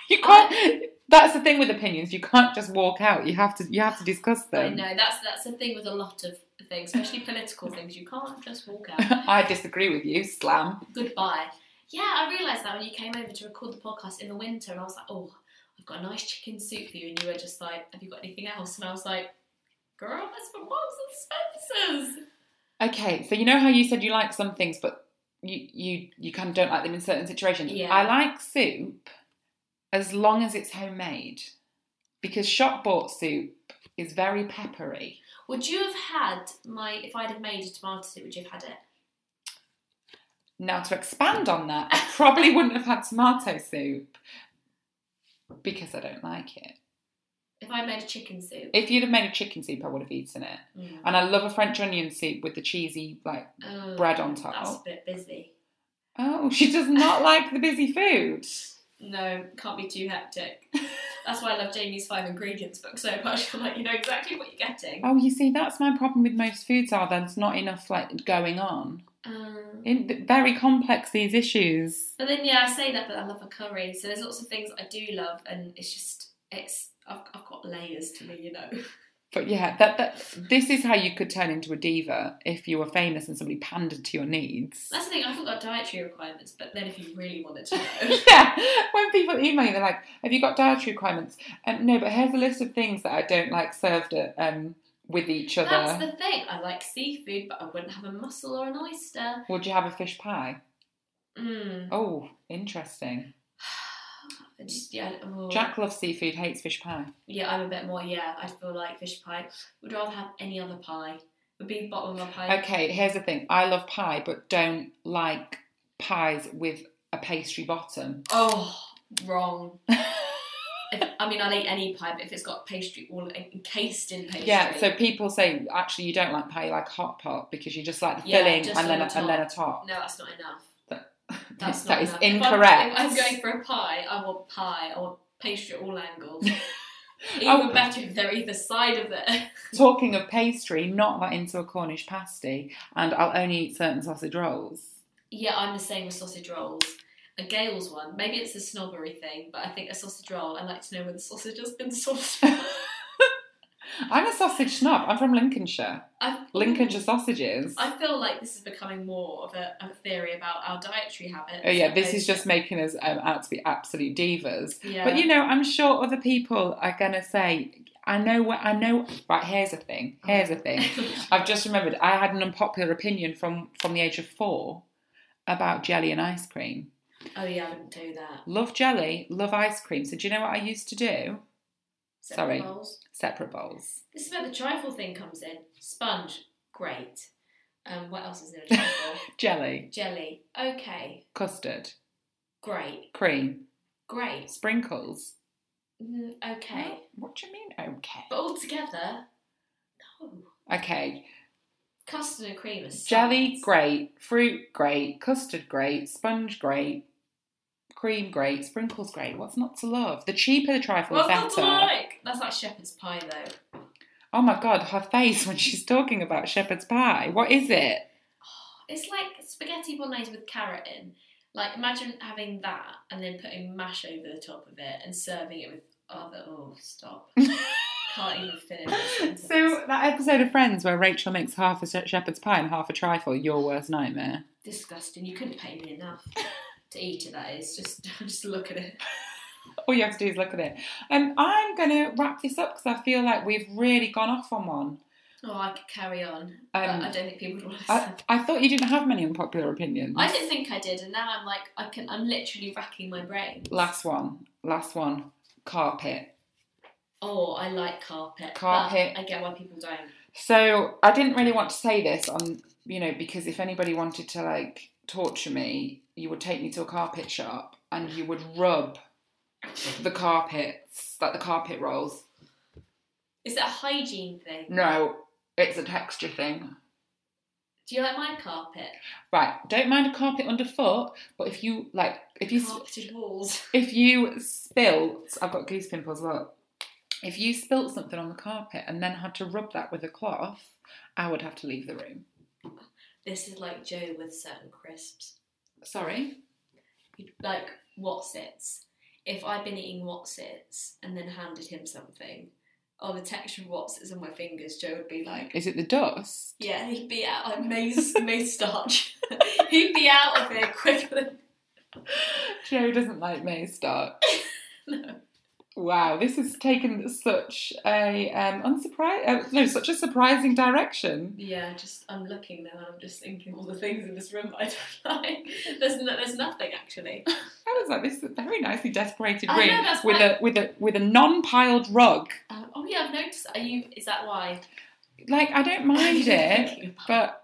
[SPEAKER 1] you can't. that's the thing with opinions. You can't just walk out. You have to. You have to discuss them.
[SPEAKER 2] I know that's that's the thing with a lot of things, especially political things. You can't just walk out.
[SPEAKER 1] I disagree with you, slam.
[SPEAKER 2] goodbye. Yeah, I realised that when you came over to record the podcast in the winter, and I was like, oh, I've got a nice chicken soup for you, and you were just like, have you got anything else? And I was like, girl, that's from Marks and Spencers.
[SPEAKER 1] Okay, so you know how you said you like some things, but you you you kind of don't like them in certain situations.
[SPEAKER 2] Yeah.
[SPEAKER 1] I like soup as long as it's homemade, because shop bought soup is very peppery.
[SPEAKER 2] Would you have had my if I'd have made a tomato soup? Would you have had it?
[SPEAKER 1] Now to expand on that, I probably wouldn't have had tomato soup because I don't like it.
[SPEAKER 2] If I made a chicken soup,
[SPEAKER 1] If you'd have made a chicken soup, I would have eaten it.
[SPEAKER 2] Mm.
[SPEAKER 1] And I love a French onion soup with the cheesy like
[SPEAKER 2] oh,
[SPEAKER 1] bread on top.
[SPEAKER 2] That's a bit busy.
[SPEAKER 1] Oh, she does not like the busy food.
[SPEAKER 2] No, can't be too hectic. That's why I love Jamie's five ingredients book so much. I'm like, you know exactly what you're getting.
[SPEAKER 1] Oh, you see, that's my problem with most foods are there's not enough like going on.
[SPEAKER 2] Um,
[SPEAKER 1] In, very complex these issues.
[SPEAKER 2] but then, yeah, I say that, but I love a curry. So there's lots of things I do love, and it's just it's I've, I've got layers to me, you know.
[SPEAKER 1] But yeah, that, that this is how you could turn into a diva if you were famous and somebody pandered to your needs.
[SPEAKER 2] That's the thing. I've got dietary requirements, but then if you really wanted to know,
[SPEAKER 1] yeah, when people email you, they're like, "Have you got dietary requirements?" Um, no, but here's a list of things that I don't like served at, um, with each other.
[SPEAKER 2] that's the thing. I like seafood, but I wouldn't have a mussel or an oyster.
[SPEAKER 1] Would you have a fish pie?
[SPEAKER 2] Mm.
[SPEAKER 1] Oh, interesting.
[SPEAKER 2] I Just yeah. oh.
[SPEAKER 1] Jack loves seafood, hates fish pie.
[SPEAKER 2] Yeah, I'm a bit more. Yeah, I feel like fish pie. Would rather have any other pie. Would be the bottom of my pie.
[SPEAKER 1] Okay, here's the thing. I love pie, but don't like pies with a pastry bottom.
[SPEAKER 2] Oh, wrong. if, I mean, I'll eat any pie, but if it's got pastry all en- encased in pastry.
[SPEAKER 1] Yeah, so people say actually you don't like pie, you like hot pot because you just like the
[SPEAKER 2] Yeah,
[SPEAKER 1] filling
[SPEAKER 2] just
[SPEAKER 1] and then
[SPEAKER 2] on
[SPEAKER 1] a,
[SPEAKER 2] the
[SPEAKER 1] and then a
[SPEAKER 2] top.
[SPEAKER 1] top.
[SPEAKER 2] No, that's not enough.
[SPEAKER 1] That-
[SPEAKER 2] That's
[SPEAKER 1] that
[SPEAKER 2] not
[SPEAKER 1] is
[SPEAKER 2] enough. If I'm-
[SPEAKER 1] incorrect.
[SPEAKER 2] If I'm, going for a pie, I want pie. I want pastry at all angles. Even
[SPEAKER 1] Oh.
[SPEAKER 2] better if they're either side of it.
[SPEAKER 1] Talking of pastry, not that into a Cornish pasty, and I'll only eat certain sausage rolls.
[SPEAKER 2] yeah, I'm the same with sausage rolls. A Gales one. Maybe it's a snobbery thing, but I think a sausage roll. I like to know when the sausage has been sauced.
[SPEAKER 1] I'm a sausage snob. I'm from Lincolnshire.
[SPEAKER 2] I've-
[SPEAKER 1] Lincolnshire sausages.
[SPEAKER 2] Mm. I feel like this is becoming more of a, a theory about our dietary habits.
[SPEAKER 1] Oh yeah, this
[SPEAKER 2] opposed
[SPEAKER 1] is
[SPEAKER 2] to-
[SPEAKER 1] just making us um, out to be absolute divas.
[SPEAKER 2] Yeah.
[SPEAKER 1] But you know, I'm sure other people are gonna say, "I know what I know." Right, here's a thing.
[SPEAKER 2] Oh.
[SPEAKER 1] Here's a thing. I've just remembered. I had an unpopular opinion from from the age of four about jelly and ice cream.
[SPEAKER 2] Oh yeah, I wouldn't do that.
[SPEAKER 1] Love jelly, love ice cream. So do you know what I used to do? Sorry.
[SPEAKER 2] Separate bowls.
[SPEAKER 1] Separate bowls.
[SPEAKER 2] This is where the trifle thing comes in. Sponge, great. Um, what else is in a trifle?
[SPEAKER 1] Jelly,
[SPEAKER 2] Jelly, okay,
[SPEAKER 1] custard,
[SPEAKER 2] great,
[SPEAKER 1] cream,
[SPEAKER 2] great,
[SPEAKER 1] sprinkles.
[SPEAKER 2] mm, okay. Oh.
[SPEAKER 1] What do you mean? Okay.
[SPEAKER 2] But all together, no.
[SPEAKER 1] Okay.
[SPEAKER 2] Custard and cream is
[SPEAKER 1] Jelly,
[SPEAKER 2] science.
[SPEAKER 1] great. Fruit, great. Custard, great. Sponge, great. Cream, great. Sprinkles, great. What's not to love? The cheaper the trifle,
[SPEAKER 2] What's
[SPEAKER 1] the
[SPEAKER 2] not
[SPEAKER 1] better.
[SPEAKER 2] to like? That's like shepherd's pie though.
[SPEAKER 1] Oh my god, her face when she's talking about shepherd's pie. What is it?
[SPEAKER 2] It's like spaghetti bolognese with carrot in. Like imagine having that and then putting mash over the top of it and serving it with other. Oh, stop! Can't even finish. this sentence.
[SPEAKER 1] So that episode of Friends where Rachel makes half a she- shepherd's pie and half a trifle, your worst nightmare.
[SPEAKER 2] disgusting. You couldn't pay me enough to eat it. That is just just look at it.
[SPEAKER 1] All you have to do is look at it. And I'm going to wrap this up because I feel like we've really gone off on one.
[SPEAKER 2] Oh, I could carry on. but
[SPEAKER 1] Um,
[SPEAKER 2] I don't think people would want to.
[SPEAKER 1] I,
[SPEAKER 2] listen.
[SPEAKER 1] I thought you didn't have many unpopular opinions.
[SPEAKER 2] I didn't think I did, and now I'm like I can. I'm literally racking my brain.
[SPEAKER 1] Last one. Last one. Carpet.
[SPEAKER 2] Oh, I like carpet. but
[SPEAKER 1] Carpet.
[SPEAKER 2] I get why people don't.
[SPEAKER 1] So I didn't really want to say this on, you know, because if anybody wanted to like torture me, you would take me to a carpet shop and you would rub the carpets, like the carpet rolls.
[SPEAKER 2] Is it a hygiene thing?
[SPEAKER 1] No, it's a texture thing.
[SPEAKER 2] Do you like my carpet?
[SPEAKER 1] Right, don't mind a carpet underfoot, but if you like, if you s-
[SPEAKER 2] Carpeted walls.
[SPEAKER 1] if you spilt, I've got goose pimples. Look, if you spilt something on the carpet and then had to rub that with a cloth, I would have to leave the room.
[SPEAKER 2] This is like Joe with certain crisps.
[SPEAKER 1] Sorry.
[SPEAKER 2] Like Watsits. If I'd been eating Watsits and then handed him something, or the texture of Watsits on my fingers, Joe would be like,
[SPEAKER 1] Is it the dust?
[SPEAKER 2] yeah, he'd be out. I maize, maize starch. he'd be out of here quicker than.
[SPEAKER 1] Joe doesn't like May Stark. Wow, this has taken such a um, unsurprising, uh, no, such a surprising direction.
[SPEAKER 2] Yeah, just I'm looking now and I'm just thinking all the things in this room that I don't like. There's no, there's nothing actually.
[SPEAKER 1] I was like, this is a very nicely decorated
[SPEAKER 2] I know,
[SPEAKER 1] room
[SPEAKER 2] that's
[SPEAKER 1] with
[SPEAKER 2] why-
[SPEAKER 1] a with a with a non-piled rug.
[SPEAKER 2] Um, oh yeah, I've noticed. Are you? Is that why?
[SPEAKER 1] Like, I don't mind
[SPEAKER 2] Thinking
[SPEAKER 1] it,
[SPEAKER 2] about
[SPEAKER 1] but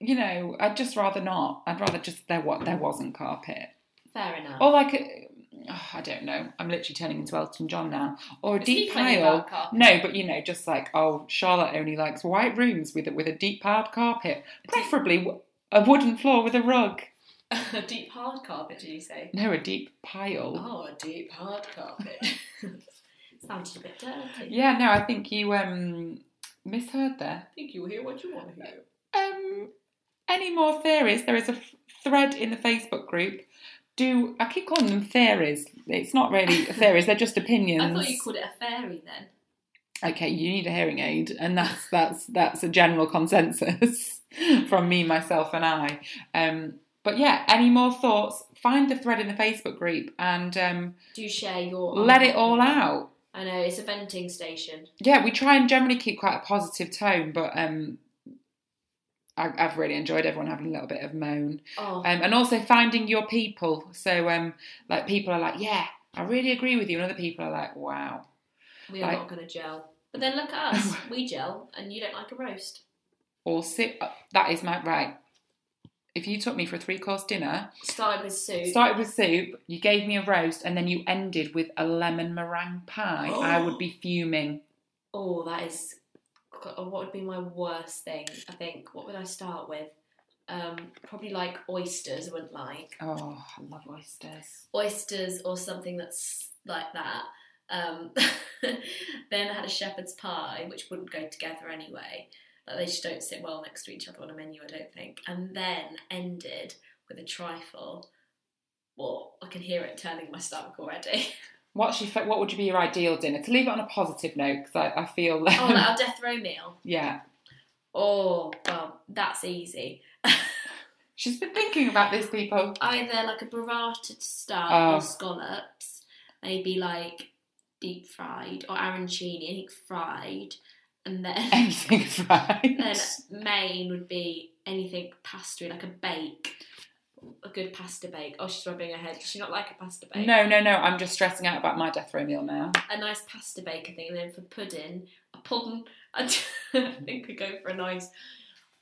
[SPEAKER 1] you know, I'd just rather not. I'd rather just there what there wasn't carpet
[SPEAKER 2] Fair enough.
[SPEAKER 1] or like a, oh, I don't know. I'm literally turning into Elton John now, or a
[SPEAKER 2] Is he
[SPEAKER 1] deep
[SPEAKER 2] funny
[SPEAKER 1] pile.
[SPEAKER 2] about carpet?
[SPEAKER 1] No, but you know, just like oh, Charlotte only likes white rooms with a- with a deep hard carpet, preferably w- a wooden floor with a rug.
[SPEAKER 2] a deep hard carpet, do you say?
[SPEAKER 1] No, a deep pile.
[SPEAKER 2] Oh, a deep hard carpet. Sounds a bit dirty.
[SPEAKER 1] Yeah, no, I think you um misheard there.
[SPEAKER 2] I think you'll hear what you want to hear.
[SPEAKER 1] Um, any more theories? There is a f- thread in the Facebook group. Do I keep calling them theories? It's not really theories; they're just opinions.
[SPEAKER 2] I thought you called it a fairy then.
[SPEAKER 1] okay, you need a hearing aid, and that's that's that's a general consensus from me, myself, and I. Um, but yeah, any more thoughts? Find the thread in the Facebook group and um,
[SPEAKER 2] Do share your.
[SPEAKER 1] let it all out.
[SPEAKER 2] I know it's a venting station.
[SPEAKER 1] Yeah, we try and generally keep quite a positive tone, but um, I, I've really enjoyed everyone having a little bit of moan.
[SPEAKER 2] Oh,
[SPEAKER 1] Um, and also finding your people. So, um, like, people are like, yeah, I really agree with you. And other people are like, wow.
[SPEAKER 2] we are
[SPEAKER 1] like-
[SPEAKER 2] not going to gel. But then look at us. we gel, and you don't like a roast.
[SPEAKER 1] Or sit. That is my right. If you took me for a three course dinner,
[SPEAKER 2] Started with soup.
[SPEAKER 1] started with soup, you gave me a roast, and then you ended with a lemon meringue pie, I would be fuming.
[SPEAKER 2] Oh, that is. uh, What would be my worst thing? I think. What would I start with? Um, probably like oysters. I wouldn't like
[SPEAKER 1] Oh, I love oysters.
[SPEAKER 2] oysters or something that's like that. Um, then I had a shepherd's pie, which wouldn't go together anyway. Like they just don't sit well next to each other on a menu, I don't think. And then ended with a trifle. Well, I can hear it turning in my stomach already.
[SPEAKER 1] What's your, fa- what would be your ideal dinner? To leave it on a positive note, because I, I feel
[SPEAKER 2] oh,
[SPEAKER 1] that.
[SPEAKER 2] like our death row meal.
[SPEAKER 1] yeah.
[SPEAKER 2] Oh, well, that's easy.
[SPEAKER 1] She's been thinking about this, people.
[SPEAKER 2] either like a burrata to start
[SPEAKER 1] Oh.
[SPEAKER 2] or scallops, maybe like deep fried or arancini, anything fried, and then
[SPEAKER 1] Anything fried.
[SPEAKER 2] then main would be anything pastry, like a bake, a good pasta bake. Oh, she's rubbing her head. Does she not like a pasta bake?
[SPEAKER 1] No, no, no. I'm just stressing out about my death row meal now.
[SPEAKER 2] A nice pasta baker thing, and then for pudding, a pudding. I think we go for a nice,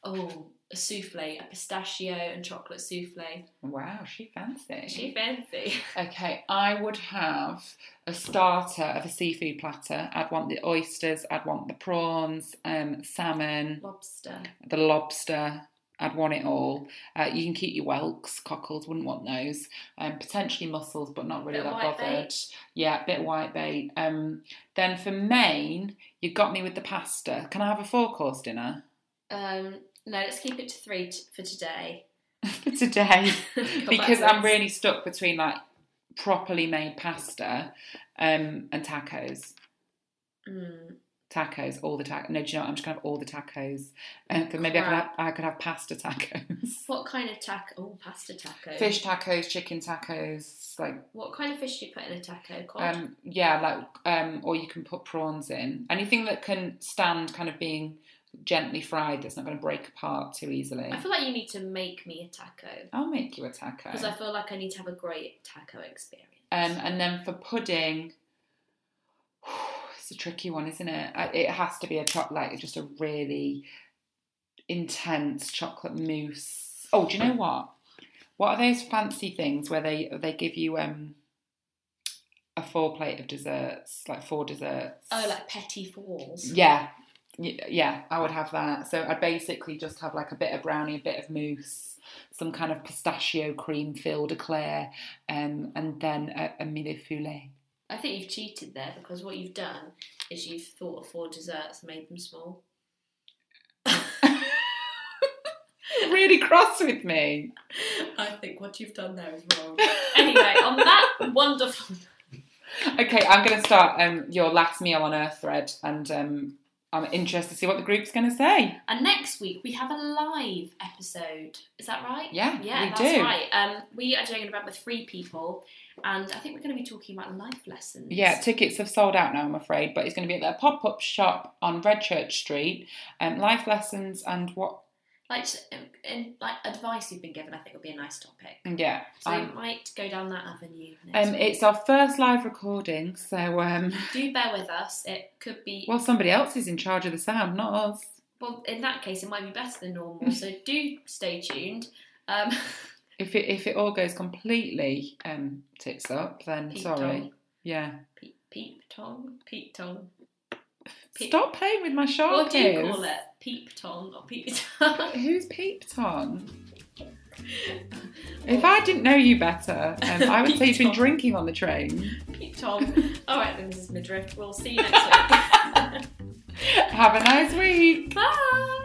[SPEAKER 2] oh, a souffle, a pistachio and chocolate souffle.
[SPEAKER 1] Wow, she fancy.
[SPEAKER 2] She fancy.
[SPEAKER 1] Okay, I would have a starter of a seafood platter. I'd want the oysters. I'd want the prawns, um, salmon,
[SPEAKER 2] Lobster.
[SPEAKER 1] the lobster. I'd want it all. Uh, you can keep your whelks, cockles. Wouldn't want those. Um, potentially mussels, but not really
[SPEAKER 2] Bit of
[SPEAKER 1] that
[SPEAKER 2] white
[SPEAKER 1] bothered.
[SPEAKER 2] bait.
[SPEAKER 1] Yeah, bit of white bait. Um, then for main, you got me with the pasta. Can I have a four course dinner?
[SPEAKER 2] Um, no, let's keep it to three t- for today.
[SPEAKER 1] for today because
[SPEAKER 2] backwards.
[SPEAKER 1] I'm really stuck between like properly made pasta um, and tacos.
[SPEAKER 2] Mm.
[SPEAKER 1] Tacos, all the tacos. No, do you know what? I'm just gonna have all the tacos. Um, 'cause maybe I could have
[SPEAKER 2] Oh, Crap.
[SPEAKER 1] I could have pasta tacos,
[SPEAKER 2] What kind of taco? Oh, pasta taco.
[SPEAKER 1] fish tacos, chicken tacos, like
[SPEAKER 2] What kind of fish do you put in a taco? Cod.
[SPEAKER 1] um, yeah, like um, or you can put prawns in. Anything that can stand kind of being gently fried that's not going to break apart too easily.
[SPEAKER 2] I feel like you need to make me a taco
[SPEAKER 1] I'll make you a taco.
[SPEAKER 2] because I feel like I need to have a great taco experience.
[SPEAKER 1] Um, and then for pudding, it's a tricky one, isn't it? I- It has to be a chocolate, like just a really intense chocolate mousse. Oh, do you know what? What are those fancy things where they they give you um a four plate of desserts, like four desserts?
[SPEAKER 2] Oh, like petit fours.
[SPEAKER 1] yeah, Y- yeah. I would have that. So I'd basically just have like a bit of brownie, a bit of mousse. Some kind of pistachio cream filled eclair, um, and then a, a mille foulet.
[SPEAKER 2] I think you've cheated there because what you've done is you've thought of four desserts and made them small.
[SPEAKER 1] really cross with me.
[SPEAKER 2] I think what you've done there is wrong. anyway, on that wonderful.
[SPEAKER 1] Okay, I'm going to start um, your last meal on Earth thread, and um, I'm interested to see what the group's going to say.
[SPEAKER 2] And next week we have a live episode. Is that right?
[SPEAKER 1] Yeah,
[SPEAKER 2] yeah,
[SPEAKER 1] we
[SPEAKER 2] that's
[SPEAKER 1] do.
[SPEAKER 2] right. Um, we are doing an event with three people, and I think we're going to be talking about life lessons.
[SPEAKER 1] Yeah, tickets have sold out now, I'm afraid, but it's going to be at their pop up shop on Redchurch Street. Um, life lessons and what?
[SPEAKER 2] like um, and, like advice you've been given. I think would be a nice topic.
[SPEAKER 1] Yeah.
[SPEAKER 2] So we
[SPEAKER 1] um,
[SPEAKER 2] might go down that avenue. Next
[SPEAKER 1] um,
[SPEAKER 2] week.
[SPEAKER 1] it's our first live recording, so um,
[SPEAKER 2] do bear with us. It could be
[SPEAKER 1] well, somebody else is in charge of the sound, not us.
[SPEAKER 2] well. In that case, it might be better than normal. so do stay tuned. Um,
[SPEAKER 1] If it if it all goes completely um, tits up, then
[SPEAKER 2] Peep
[SPEAKER 1] sorry.
[SPEAKER 2] tong.
[SPEAKER 1] Yeah.
[SPEAKER 2] Peep, peep tong, peep tong. Peep-
[SPEAKER 1] Stop playing with my short
[SPEAKER 2] What do you
[SPEAKER 1] ears.
[SPEAKER 2] call it? Peep tong or peep tong?
[SPEAKER 1] Who's peeped on? If I didn't know you better, um, I would say you've been
[SPEAKER 2] Peeped on.
[SPEAKER 1] drinking on the train.
[SPEAKER 2] peep tong. All right then, Mrs. Midriff. We'll see you next week.
[SPEAKER 1] Have a nice week.
[SPEAKER 2] Bye.